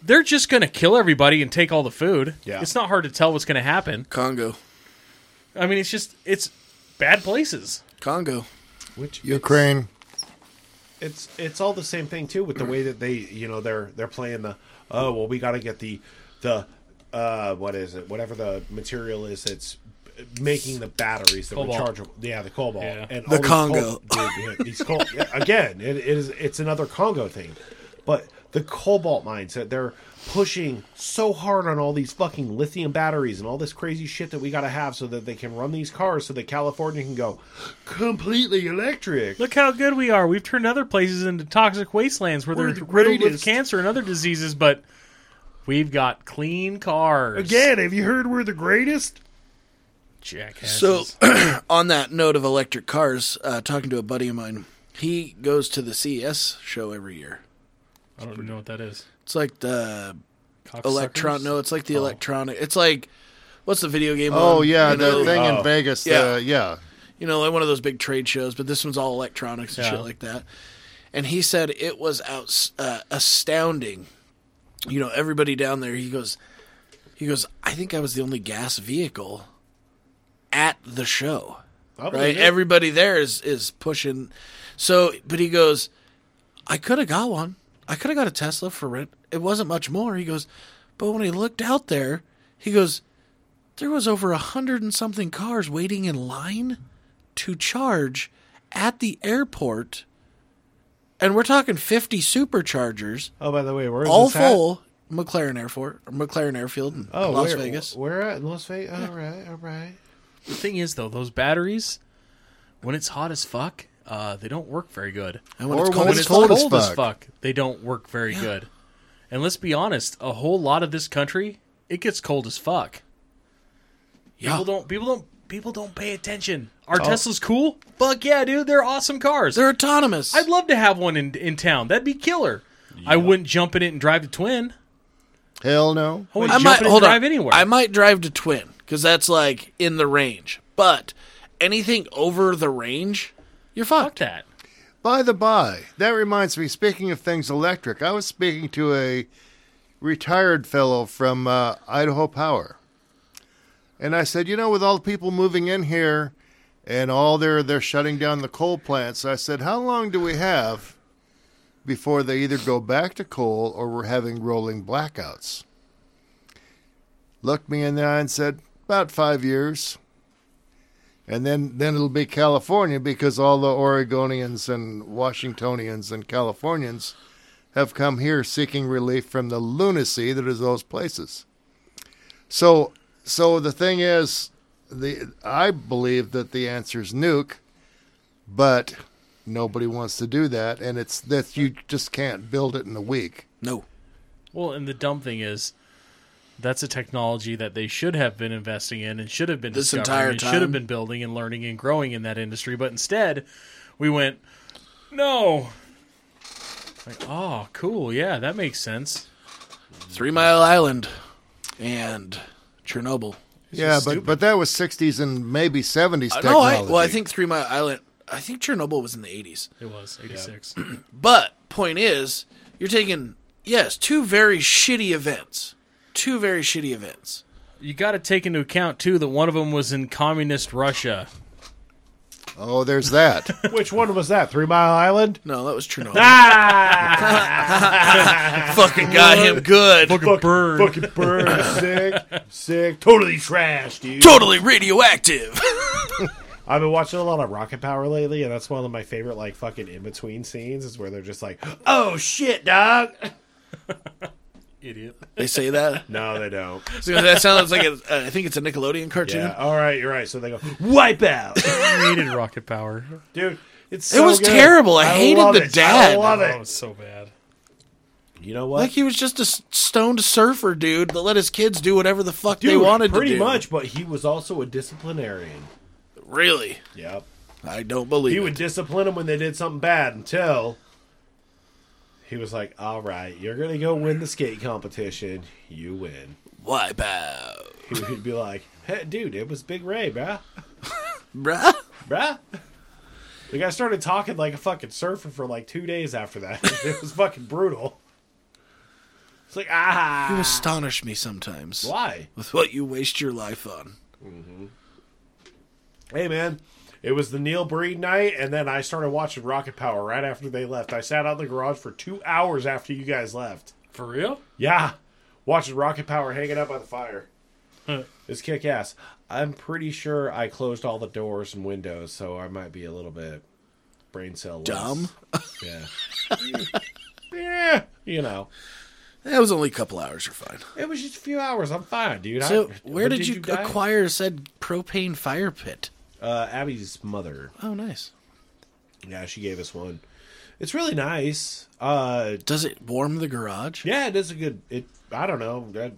B: they're just going to kill everybody and take all the food.
D: Yeah.
B: It's not hard to tell what's going to happen.
A: Congo.
B: I mean, it's just it's bad places.
A: Congo.
D: Which
C: Ukraine.
D: it's it's all the same thing too with the way that they you know they're they're playing the oh well we got to get the the uh what is it whatever the material is that's making the batteries that
B: Cobalt.
D: rechargeable yeah the cobalt
B: Yeah.
D: and
A: The
D: all these
A: Congo.
D: cobalt- dude, yeah, these cobalt- yeah, again it, it is it's another Congo thing but the cobalt mines that they're pushing so hard on all these fucking lithium batteries and all this crazy shit that we got to have so that they can run these cars so that California can go completely electric
B: Look how good we are. We've turned other places into toxic wastelands where
D: We're
B: they're
D: the
B: riddled with
D: greatest.
B: cancer and other diseases, but we've got clean cars.
D: Again, have you heard we're the greatest?
B: Jackasses.
A: So, <clears throat> on that note of electric cars, uh, talking to a buddy of mine, he goes to the CES show every year.
B: I don't even know what that is.
A: It's like the
B: Cocksuckers?
A: electron. No, it's like the electronic. It's like what's the video game?
C: Oh
A: on?
C: yeah,
A: Um, you know,
C: the thing
D: Oh.
C: in Vegas.
A: Yeah.
C: Yeah, yeah.
A: you know, like one of those big trade shows. But this one's all electronics and
B: Yeah.
A: shit like that. And he said it was out, uh, astounding. You know, everybody down there. He goes, he goes. I think I was the only gas vehicle at the show. right? Everybody there is is pushing. So, but he goes, I could have got one. I could have got a Tesla for rent. It wasn't much more. He goes, but when he looked out there, he goes, there was over a hundred and something cars waiting in line to charge at the airport, and we're talking fifty superchargers,
D: Oh, by the way, where is
A: all
D: this at?
A: full. McLaren Airport, or McLaren Airfield, in
D: Oh,
A: Las
D: where-
A: Vegas.
D: Where at? In Las Vegas. All right, all
A: <laughs>
D: right.
B: The thing is, though, those batteries, when it's hot as fuck, uh, they don't work very good.
A: And when
C: Or
A: it's
C: when
A: cold,
B: When
A: it's
B: it's
A: cold.
B: cold,
C: as
B: as,
C: fuck.
B: fuck. they don't work very good. And let's be honest, a whole lot of this country, it gets cold as fuck.
A: Yeah.
B: People don't. People don't. People don't pay attention. Are Teslas cool? Fuck yeah, dude. They're awesome cars.
A: Oh. They're autonomous.
B: I'd love to have one in in town. That'd be killer. I wouldn't jump in it and drive to Twin.
C: Hell no.
B: I wouldn't
A: I
B: jump
A: might
B: in it
A: hold
B: and drive
A: on.
B: anywhere.
A: I might drive to Twin because that's like in the range. But anything over the range, you're
B: Fuck
A: fucked.
B: that.
C: By the by, that reminds me. Speaking of things electric, I was speaking to a retired fellow from uh, Idaho Power, and I said, you know, with all the people moving in here, and all their they're shutting down the coal plants, I said, how long do we have before they either go back to coal or we're having rolling blackouts? Looked me in the eye and said, about five years and then then it'll be California because all the Oregonians and Washingtonians and Californians have come here seeking relief from the lunacy that is those places. So so the thing is the I believe that the answer is nuke, but nobody wants to do that and it's that you just can't build it in a week.
A: No.
B: Well, and the dumb thing is, that's a technology that they should have been investing in and should have been
A: This
B: discovering
A: entire
B: and
A: time.
B: should have been building and learning and growing in that industry. But instead, we went, no. Like, oh, cool. Yeah, that makes sense.
A: Three Mile Island and Chernobyl.
C: yeah, but but that was 60s and maybe 70s
A: Uh,
C: technology.
A: No, I, well, I think Three Mile Island. I think Chernobyl was in the eighties.
B: It was 86.
A: But point is, you're taking yes, two very shitty events. Two very shitty events.
B: <clears throat> you got to take into account, too, that one of them was in communist Russia.
C: Oh, there's that.
D: Which one was that? Three Mile
A: <laughs>
D: Island?
A: No, that was Chernobyl.
D: Ah!
A: Ah! Fucking got him good.
B: Fucking bird.
D: Fucking burn. sick. Sick. Totally trash, dude.
A: Totally radioactive. <laughs>
D: I've been watching a lot of Rocket Power lately, and that's one of my favorite, like, fucking in between scenes is where they're just like, oh shit, dog. <laughs>
B: <laughs> Idiot.
A: they say that.
D: No, they
A: <laughs>
D: don't.
A: So that sounds like a, uh, I think it's a Nickelodeon cartoon.
D: Yeah. All right, you're right. So they go, wipe out.
A: <laughs>
B: I hated rocket power.
D: Dude, it's
A: It
D: so
A: was
D: good.
A: terrible. I hated
D: love
A: the
D: it. I
A: dad.
D: love
B: Oh,
D: it.
B: it's so bad.
D: You know what?
A: Like he was just a s- stoned surfer dude that let his kids do whatever the fuck they
D: Dude,
A: wanted
D: pretty
A: to do.
D: much, but he was also a disciplinarian.
A: Really?
D: Yep.
A: I don't believe
D: He
A: it.
D: would discipline them when they did something bad until he was like, "All right, you're gonna go win the skate competition. You win."
A: Wipe out.
D: He would be like, "Hey, dude, it was Big Ray, bruh,
A: Bruh?
D: Ah. bruh." The guy started talking like a fucking surfer for like two days after that. <laughs> it was fucking brutal. It's like ah,
A: You astonish me sometimes
D: why?
A: with what you waste your life on.
D: hey man it was the neil breed night and then i started watching rocket power right after they left i sat out in the garage for two hours after you guys left
B: For real?
D: yeah watching rocket power hanging out by the fire it's kick-ass i'm pretty sure i closed all the doors and windows so i might be a little bit brain cell
A: Dumb?
D: yeah <laughs> yeah you know
A: That was only a couple hours. You're fine.
D: it was just a few hours i'm fine dude I-
A: So, where
D: But
A: did, you,
D: die?
A: acquire said propane fire pit?
D: uh, abby's mother
A: Oh, nice.
D: yeah she gave us one it's really nice uh
A: Does it warm the garage?
D: Yeah, it is a good. It. I don't know. I,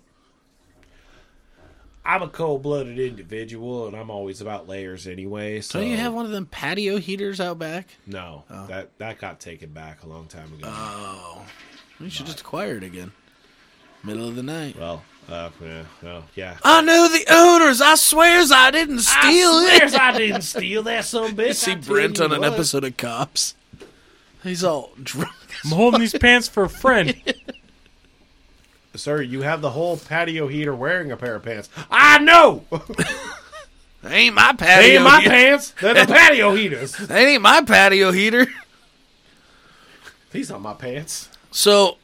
D: I'm a cold blooded individual, and I'm always about layers anyway. So
A: Don't you have Oh. one of them patio heaters out back?
D: No, that that got taken back a long time ago.
A: Uh. You should just acquire it again. Middle of the night.
D: well, uh, yeah, well, yeah.
A: I knew the owners. I swears I didn't steal
D: I
A: <laughs>
D: swears
A: it.
D: I didn't steal that some bitch.
A: I see
D: I tell
A: Brent
D: you
A: on an
D: what.
A: episode of Cops. He's all drunk.
B: I'm holding these pants for a friend. <laughs>
D: Sir, you have the whole patio heater wearing a pair of pants. I know.
A: That ain't my
D: They
A: patio.
D: ain't my
A: heater.
D: pants. They're
A: <laughs>
D: the patio heaters.
A: That ain't my patio heater.
D: These are my pants.
A: So,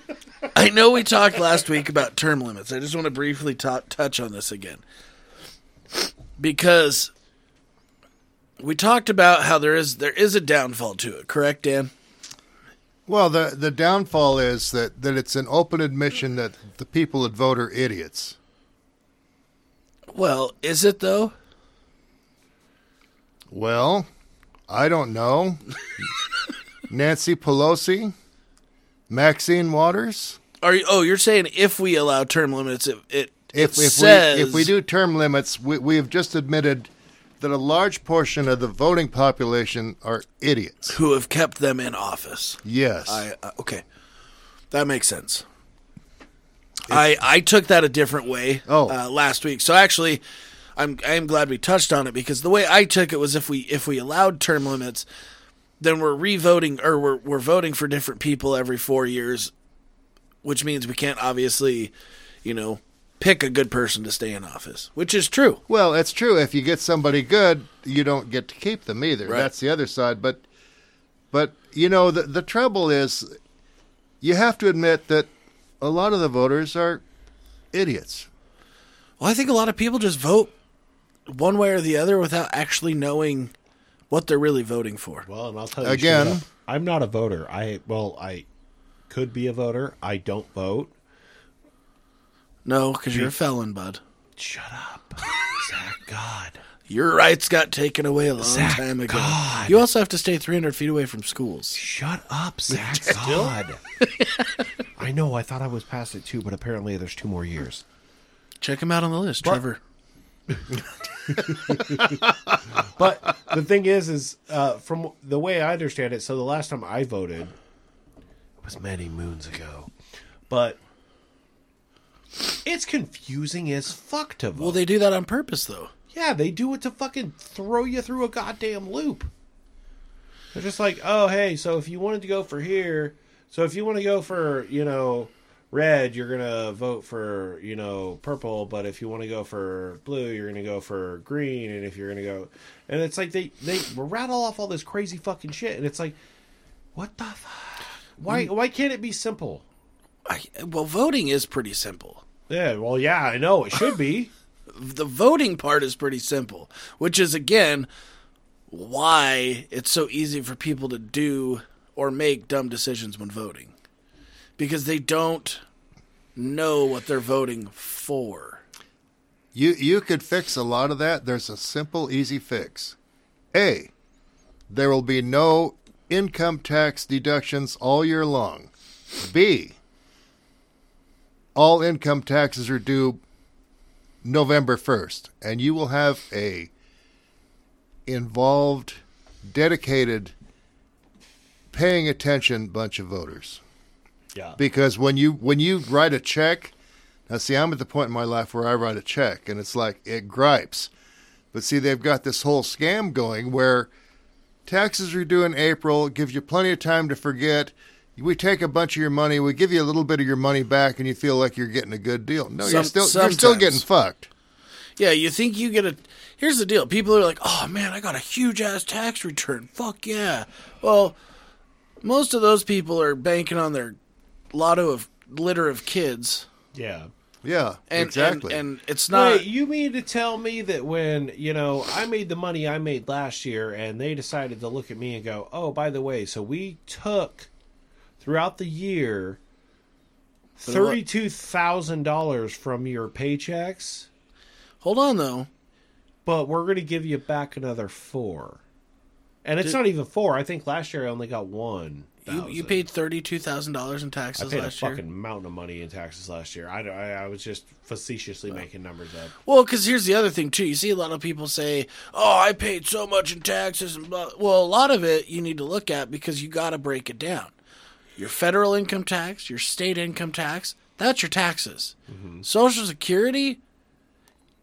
A: <laughs> I know we talked last week about term limits. I just want to briefly ta touch on this again. Because we talked about how there is there is a downfall to it, correct, Dan?
C: Well, the the downfall is that, that it's an open admission that the people that vote are idiots.
A: Well, is it though?
C: Well, I
A: <laughs>
C: don't know. Nancy Pelosi, Maxine Waters.
A: Are you, oh, you're saying if we allow term limits, it it,
C: If
A: it
C: if
A: says
C: we if we do term limits, we we have just admitted that a large portion of the voting population are idiots.
A: who have kept them in office.
C: Yes.
A: I uh, okay, that makes sense. I I took that a different way
C: Oh.
A: uh, last week. So actually, I'm I am glad we touched on it because the way I took it was if we if we allowed term limits, then we're revoting or we're we're voting for different people every four years, which means we can't obviously, you know, pick a good person to stay in office, which is true.
C: Well, it's true. If you get somebody good, you don't get to keep them either.
A: Right.
C: That's the other side. But, but you know, the the trouble is, you have to admit that a lot of the voters are idiots.
A: Well, I think a lot of people just vote one way or the other without actually knowing what they're really voting for.
D: Well, and I'll tell you
C: Again.
D: straight up, I'm not a voter. I well, I could be a voter. I don't vote.
A: No, because you're a felon, bud.
D: Shut up, <laughs> Zach. God,
A: Your rights got taken away a long
D: Zach,
A: time ago.
D: God.
A: You also have to stay 300 feet away from schools.
D: shut up, Zach. God. I know. I thought I was past it too, but apparently there's two more years.
A: Check him out on the list, Trevor.
D: But the thing is, is uh, from the way I understand it, so the last time I voted was many moons ago, but it's confusing as fuck to vote.
A: Well, they do that on purpose, though.
D: Yeah, they do it to fucking throw you through a goddamn loop. They're just like, oh, hey, so if you wanted to go for here, so if you want to go for, you know, red, you're going to vote for, you know, purple, but if you want to go for blue, you're going to go for green, and if you're going to go. And it's like they, they rattle off all this crazy fucking shit, and it's like, what the fuck? Why, why can't it be simple?
A: I, well, voting is pretty simple.
D: Yeah, well, yeah, I know it should be.
A: The voting part is pretty simple, which is, again, why it's so easy for people to do or make dumb decisions when voting. Because they don't know what they're voting for.
C: You you could fix a lot of that. There's a simple, easy fix. A, there will be no income tax deductions all year long. B, all income taxes are due November 1st, and you will have a involved, dedicated, paying attention bunch of voters.
D: Yeah.
C: Because when you when you write a check, now, see, I'm at the point in my life where I write a check and it's like it gripes. But see, they've got this whole scam going where taxes are due in April, gives you plenty of time to forget. We take a bunch of your money, we give you a little bit of your money back, and you feel like you're getting a good deal. No,
A: Some-
C: you're still you're still
A: sometimes.
C: getting fucked.
A: Yeah, you think you get a. Here's the deal. People are like, "Oh man, I got a huge ass tax return. Fuck yeah!" Well, most of those people are banking on their lotto of litter of kids,
D: Yeah.
C: Yeah,
A: and
C: exactly.
A: and, and it's not.
D: Wait, you mean to tell me that when, you know, I made the money I made last year and they decided to look at me and go, oh, by the way, so we took throughout the year $32,000 from your paychecks,
A: hold on though.
D: but we're going to give you back another four. And it's not even four. I think last year I only got one.
A: You you paid thirty two thousand dollars in
D: I
A: taxes
D: paid a
A: last year.
D: fucking mountain of money in taxes last year. I, I, I was just facetiously making numbers up.
A: Well, because here's the other thing too. You see a lot of people say, "Oh, I paid so much in taxes," and blah. Well, a lot of it you need to look at because you got to break it down. Your federal income tax, your state income tax, that's your taxes. Social Security,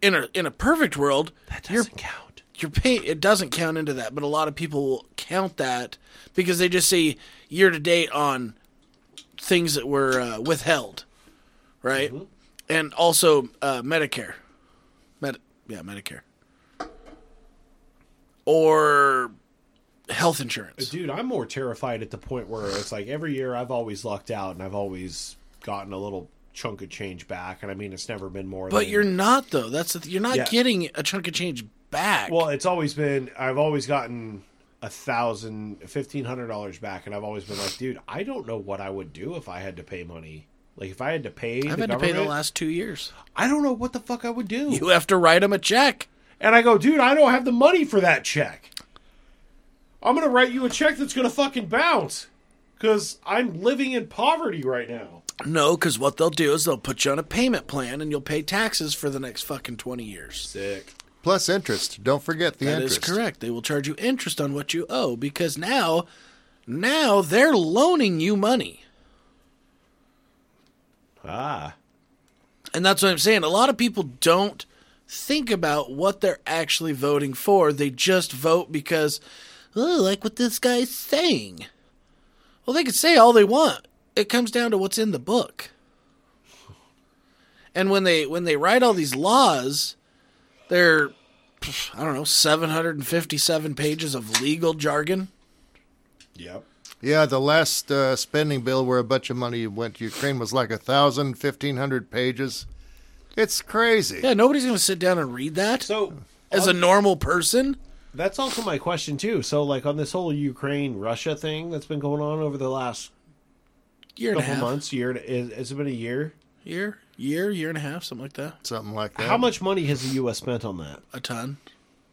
A: in a in a perfect world,
D: That doesn't
A: you're
D: count.
A: you're paying. It doesn't count into that, but a lot of people will count that because they just see year to date on things that were uh, withheld, right?
D: Mm-hmm.
A: And also uh, Medicare. Med- yeah, Medicare. Or health insurance.
D: Dude, I'm more terrified at the point where it's like every year I've always lucked out and I've always gotten a little chunk of change back. And I mean, it's never been more.
A: But
D: than,
A: you're not though. That's the th- you're not
D: Mm-hmm. Yeah.
A: getting a chunk of change back.
D: well, it's always been. I've always gotten a thousand, fifteen hundred dollars back, and I've always been like, dude, I don't know what I would do if I had to pay money. Like if I had to pay,
A: I've
D: the
A: had to pay the
D: government,
A: last two years.
D: I don't know what the fuck I would do.
A: You have to write them a check.
D: and I go, dude, I don't have the money for that check. I'm gonna write you a check that's gonna fucking bounce because I'm living in poverty right now.
A: No, because what they'll do is they'll put you on a payment plan and you'll pay taxes for the next fucking 20 years.
D: Sick.
C: Plus interest. Don't forget the
A: That is
C: interest.
A: correct. They will charge you interest on what you owe because now, now they're loaning you money.
D: Ah.
A: And that's what I'm saying. A lot of people don't think about what they're actually voting for. They just vote because, "Oh, I like what this guy's saying. Well, they can say all they want. It comes down to what's in the book. And when they when they write all these laws, they're pff, I don't know, 757 pages of legal jargon.
D: Yep.
C: Yeah, the last uh, spending bill where a bunch of money went to Ukraine was like a thousand, fifteen hundred pages. It's crazy.
A: Yeah, nobody's going to sit down and read that
D: So uh,
A: as a normal person.
D: that's also my question too. So like on this whole Ukraine Russia thing that's been going on over the last
A: Year and a
D: couple
A: half,
D: months, year is, has it been a year?
A: year, year, year and a half, something like that.
C: Something like that.
D: How much money has the U.S. spent on that?
A: A ton.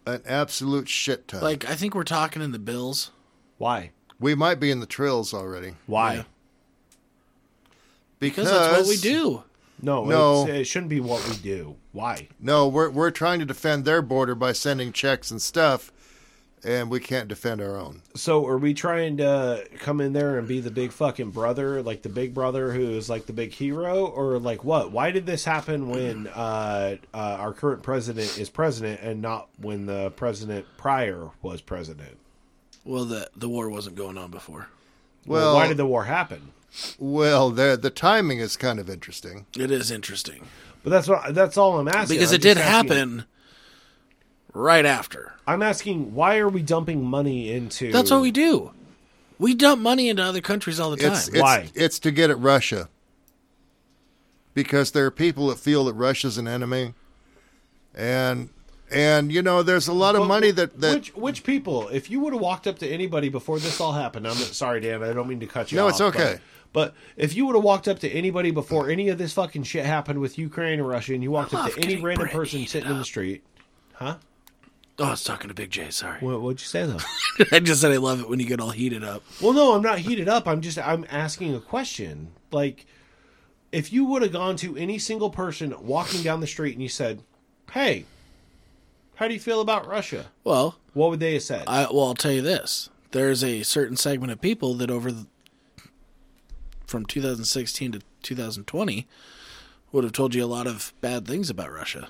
C: An absolute shit ton.
A: Like I think we're talking in the bills.
D: Why?
C: we might be in the trills already
D: Why?
A: Yeah.
C: because
A: Because that's what we do.
D: No,
C: No.
D: it's- it shouldn't be what we do. Why?
C: No, we're we're trying to defend their border by sending checks and stuff, and we can't defend our own.
D: So are we trying to come in there and be the big fucking brother, like the big brother who is like the big hero, or like what? Why did this happen when uh, uh, our current president is president and not when the president prior was president?
A: Well, the the war wasn't going on before.
C: Well,
D: why did the war happen?
C: well, the the timing is kind of interesting.
A: It is interesting
D: But that's what that's all I'm asking.
A: because
D: I'm
A: it did
D: just asking-
A: happen right after.
D: I'm asking why are we dumping money into?
A: That's what we do. We dump money into other countries all the time.
C: It's it's,
D: Why?
C: it's to get at Russia because there are people that feel that Russia's an enemy, and and you know there's a lot of money that that
D: Which which people? If you would have walked up to anybody before this all happened, I'm sorry, Dan. I don't mean to cut you.
C: No,
D: off,
C: it's okay.
D: But, but if you would have walked up to anybody before any of this fucking shit happened with Ukraine and Russia, and you walked up
A: love
D: to any
A: getting
D: random
A: Brittany
D: person sitting in the street, huh?
A: oh, I was talking to Big J. Sorry, <laughs>
D: What would you say though?
A: I just said I love it when you get all heated up.
D: well, no, I'm not heated up. I'm just I'm asking a question. Like, if you would have gone to any single person walking down the street and you said, "Hey, how do you feel about Russia?"
A: Well,
D: What would they have said?
A: I well, I'll tell you this: there is a certain segment of people that over the, from 2016 to 2020 would have told you a lot of bad things about Russia.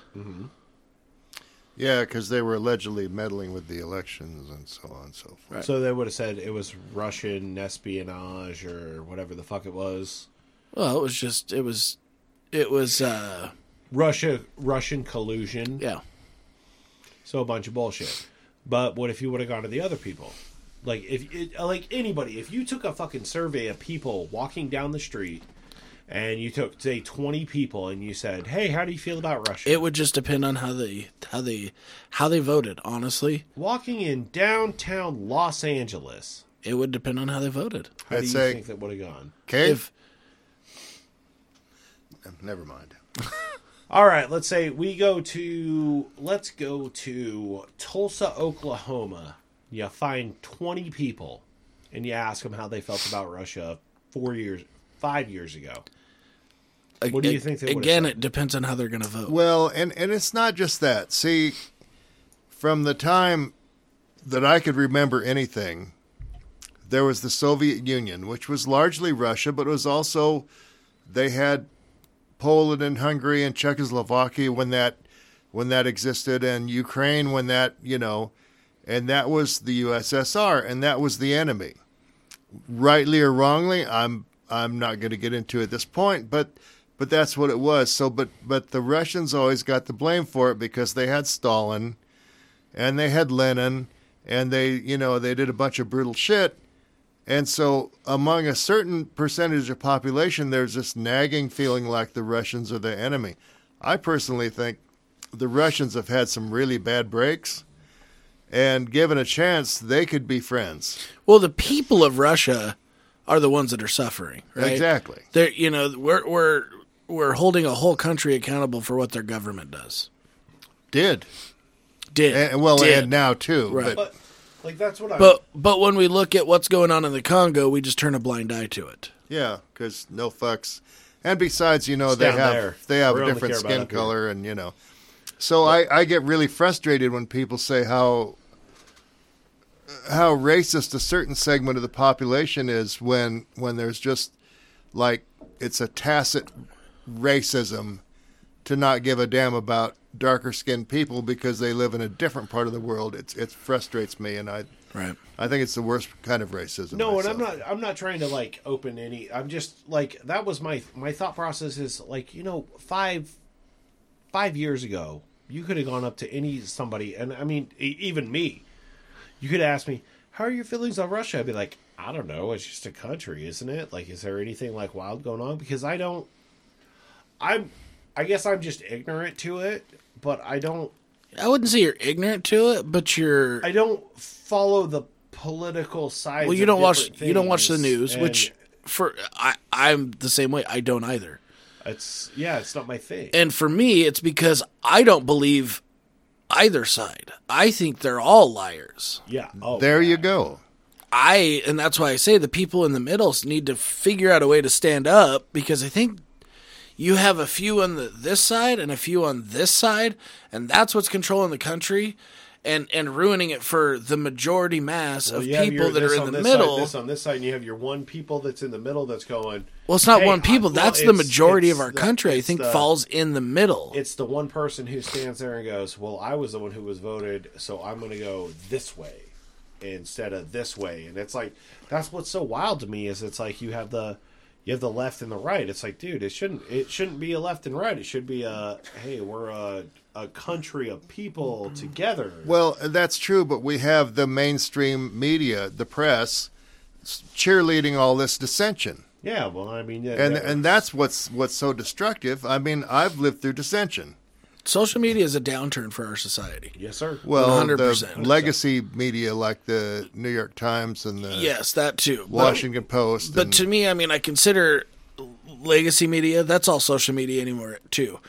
C: yeah because they were allegedly meddling with the elections and so on and so forth.
D: So they would have said it was Russian espionage or whatever the fuck it was.
A: Well, it was just it was it was uh
D: Russia, Russian collusion.
A: yeah.
D: So a bunch of bullshit. But what if you would have gone to the other people? Like if it, like anybody, if you took a fucking survey of people walking down the street and you took say 20 people and you said, "Hey, how do you feel about Russia?"
A: It would just depend on how they how they how they voted, honestly.
D: walking in downtown Los Angeles.
A: It would depend on how they voted.
D: How
C: I'd
D: do you
C: say-
D: think that would have gone?
C: Okay,
A: If
C: never mind.
D: All right, let's say we go to let's go to Tulsa, Oklahoma. You find 20 people and you ask them how they felt about Russia 4 years 5 years ago. What do you think they would've
A: Again,
D: said?
A: it depends on how they're going to vote.
C: Well, and and it's not just that. See, from the time that I could remember anything, there was the Soviet Union, which was largely Russia, but it was also they had Poland and Hungary and Czechoslovakia when that when that existed, and Ukraine when that you know, and that was the USSR, and that was the enemy. Rightly or wrongly, I'm I'm not going to get into at this point, but but that's what it was. So, but but the Russians always got the blame for it because they had Stalin, and they had Lenin, and they you know they did a bunch of brutal shit. And so, among a certain percentage of population, there's this nagging feeling like the Russians are the enemy. I personally think the Russians have had some really bad breaks, and given a chance, they could be friends.
A: Well, the people of Russia are the ones that are suffering, right?
C: Exactly.
A: They're, you know, we're we're we're holding a whole country accountable for what their government does.
C: Did
A: Did.
C: and, Eh, well,
A: Did.
C: and now too.
A: Right.
C: But
D: But like that's what I
A: But but when we look at what's going on in the Congo, we just turn a blind eye to it.
C: yeah, because no fucks. And besides, you know,
D: It's
C: they
D: down
C: have
D: there.
C: they have
D: We
C: a
D: only
C: different
D: care about
C: skin
D: up here.
C: color, and you know. So I, I get really frustrated when people say how how racist a certain segment of the population is when when there's just like it's a tacit racism to not give a damn about darker skinned people because they live in a different part of the world. It's it frustrates me and I
A: Right.
C: I think it's the worst kind of racism.
D: No, and I'm
C: myself.
D: not. I'm not trying to like open any. I'm just like that was my my thought process is like you know five five years ago you could have gone up to any somebody and I mean e- even me, you could ask me how are your feelings on Russia. I'd be like I don't know. It's just a country, isn't it? Like is there anything like wild going on? Because I don't. I'm. I guess I'm just ignorant to it, but I don't.
A: I wouldn't say you're ignorant to it, but you're
D: I don't follow the political side.
A: well. You don't watch you don't watch the news, which for I I'm the same way. I don't either.
D: It's yeah, it's not my thing.
A: And for me, it's because I don't believe either side. I think they're all liars.
D: yeah. Oh,
C: There you go.
A: I and that's why I say the people in the middle need to figure out a way to stand up because I think you have a few on the this side and a few on this side, and that's what's controlling the country and and ruining it for the majority mass of
D: You have
A: people
D: your
A: that
D: this
A: are
D: on
A: in the
D: this
A: middle.
D: Side, this on this side, and you have your one people that's in the middle that's going.
A: well, it's not
D: Hey,
A: one
D: I-
A: people.
D: well,
A: that's the
D: it's-
A: majority of
D: it's
A: our
D: the-
A: country. I
D: it's
A: think
D: the-
A: falls in the middle.
D: It's the one person who stands there and goes, "Well, I was the one who was voted, so I'm going to go this way instead of this way." And it's like that's what's so wild to me is it's like you have the you have the left and the right. It's like, dude, it shouldn't it shouldn't be a left and right. It should be a hey, we're a a country of people together.
C: Well, that's true, but we have the mainstream media, the press, s- cheerleading all this dissension.
D: Yeah, well, I mean, yeah,
C: And
D: that-
C: and that's what's what's so destructive. I mean, I've lived through dissension.
A: Social media is a downturn for our society.
D: yes, sir.
C: Well, the
A: 100%.
C: legacy media like the New York Times and the
A: Yes, that too. But-
C: Washington Post.
A: But
C: and-
A: to me, I mean, I consider legacy media. That's all social media anymore too,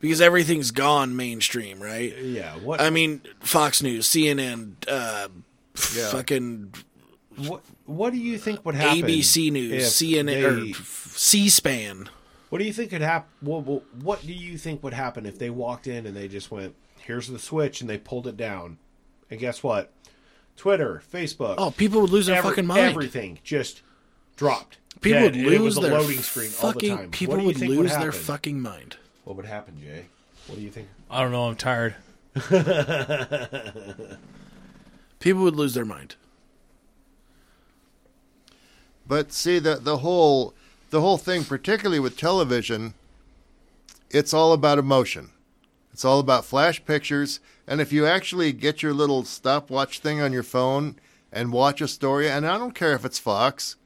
A: because everything's gone mainstream, right?
D: yeah, what
A: I mean, Fox News, CNN, uh, fucking
D: What What do you think would happen?
A: ABC News,
D: if
A: CNN,
D: they-
A: or C-SPAN.
D: what do you think could happen? What, what What do you think would happen if they walked in and they just went, "Here's the switch," and they pulled it down? And guess what? Twitter, Facebook,
A: Oh, people would lose their
D: every-
A: fucking mind.
D: Everything just dropped.
A: People
D: Dead.
A: would
D: And it
A: lose
D: was a
A: their
D: loading screen all the
A: fucking.
D: time. What
A: People
D: do you
A: would
D: think
A: lose their
D: happen?
A: fucking mind.
D: What would happen, Jay? What do you think?
B: I don't know. I'm tired.
A: People would lose their mind.
C: But see the the whole the whole thing, particularly with television, it's all about emotion. It's all about flash pictures. And if you actually get your little stopwatch thing on your phone and watch a story, and I don't care if it's Fox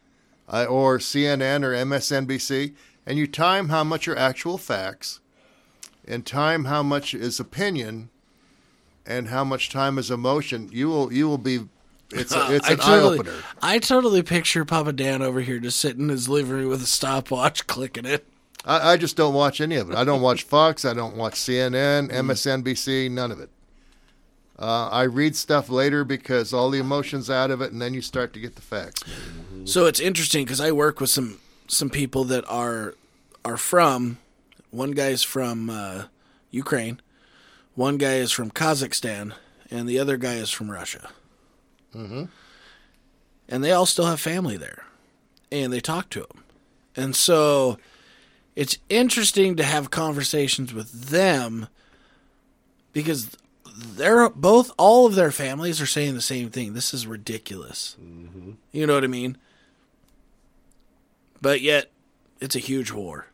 C: uh, or CNN or MSNBC, and you time how much are actual facts, and time how much is opinion, and how much time is emotion, you will you will be. It's a,
A: <laughs>
C: it's
A: I
C: an eye
A: totally,
C: opener.
A: I totally picture Papa Dan over here just sitting in his living room with a stopwatch, <laughs> clicking it.
C: I, I just don't watch any of it. I don't watch <laughs> Fox. I don't watch CNN, MSNBC, none of it. Uh, I read stuff later because all the emotions out of it, and then you start to get the facts.
A: So it's interesting because I work with some some people that are are from. One guy's from uh, Ukraine, one guy is from Kazakhstan, and the other guy is from Russia. Mm-hmm. And they all still have family there, and they talk to them, and so it's interesting to have conversations with them because they're both all of their families are saying the same thing. This is ridiculous. You know what I mean? But yet, it's a huge war.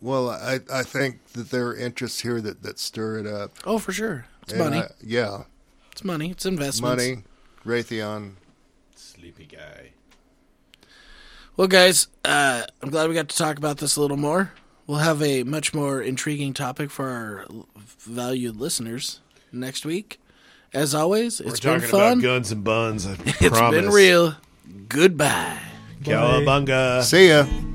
C: Well, I, I think that there are interests here that, that stir it up.
A: Oh, for sure. It's
C: And
A: money.
C: I- yeah,
A: it's money. It's investments.
C: money, Raytheon.
D: Sleepy guy.
A: Well, guys, uh, I'm glad we got to talk about this a little more. We'll have a much more intriguing topic for our l- valued listeners next week. As always, it's been fun.
D: guns
A: <laughs>
D: and buns. I
A: It's been real. Goodbye.
D: Cowabunga.
C: See ya.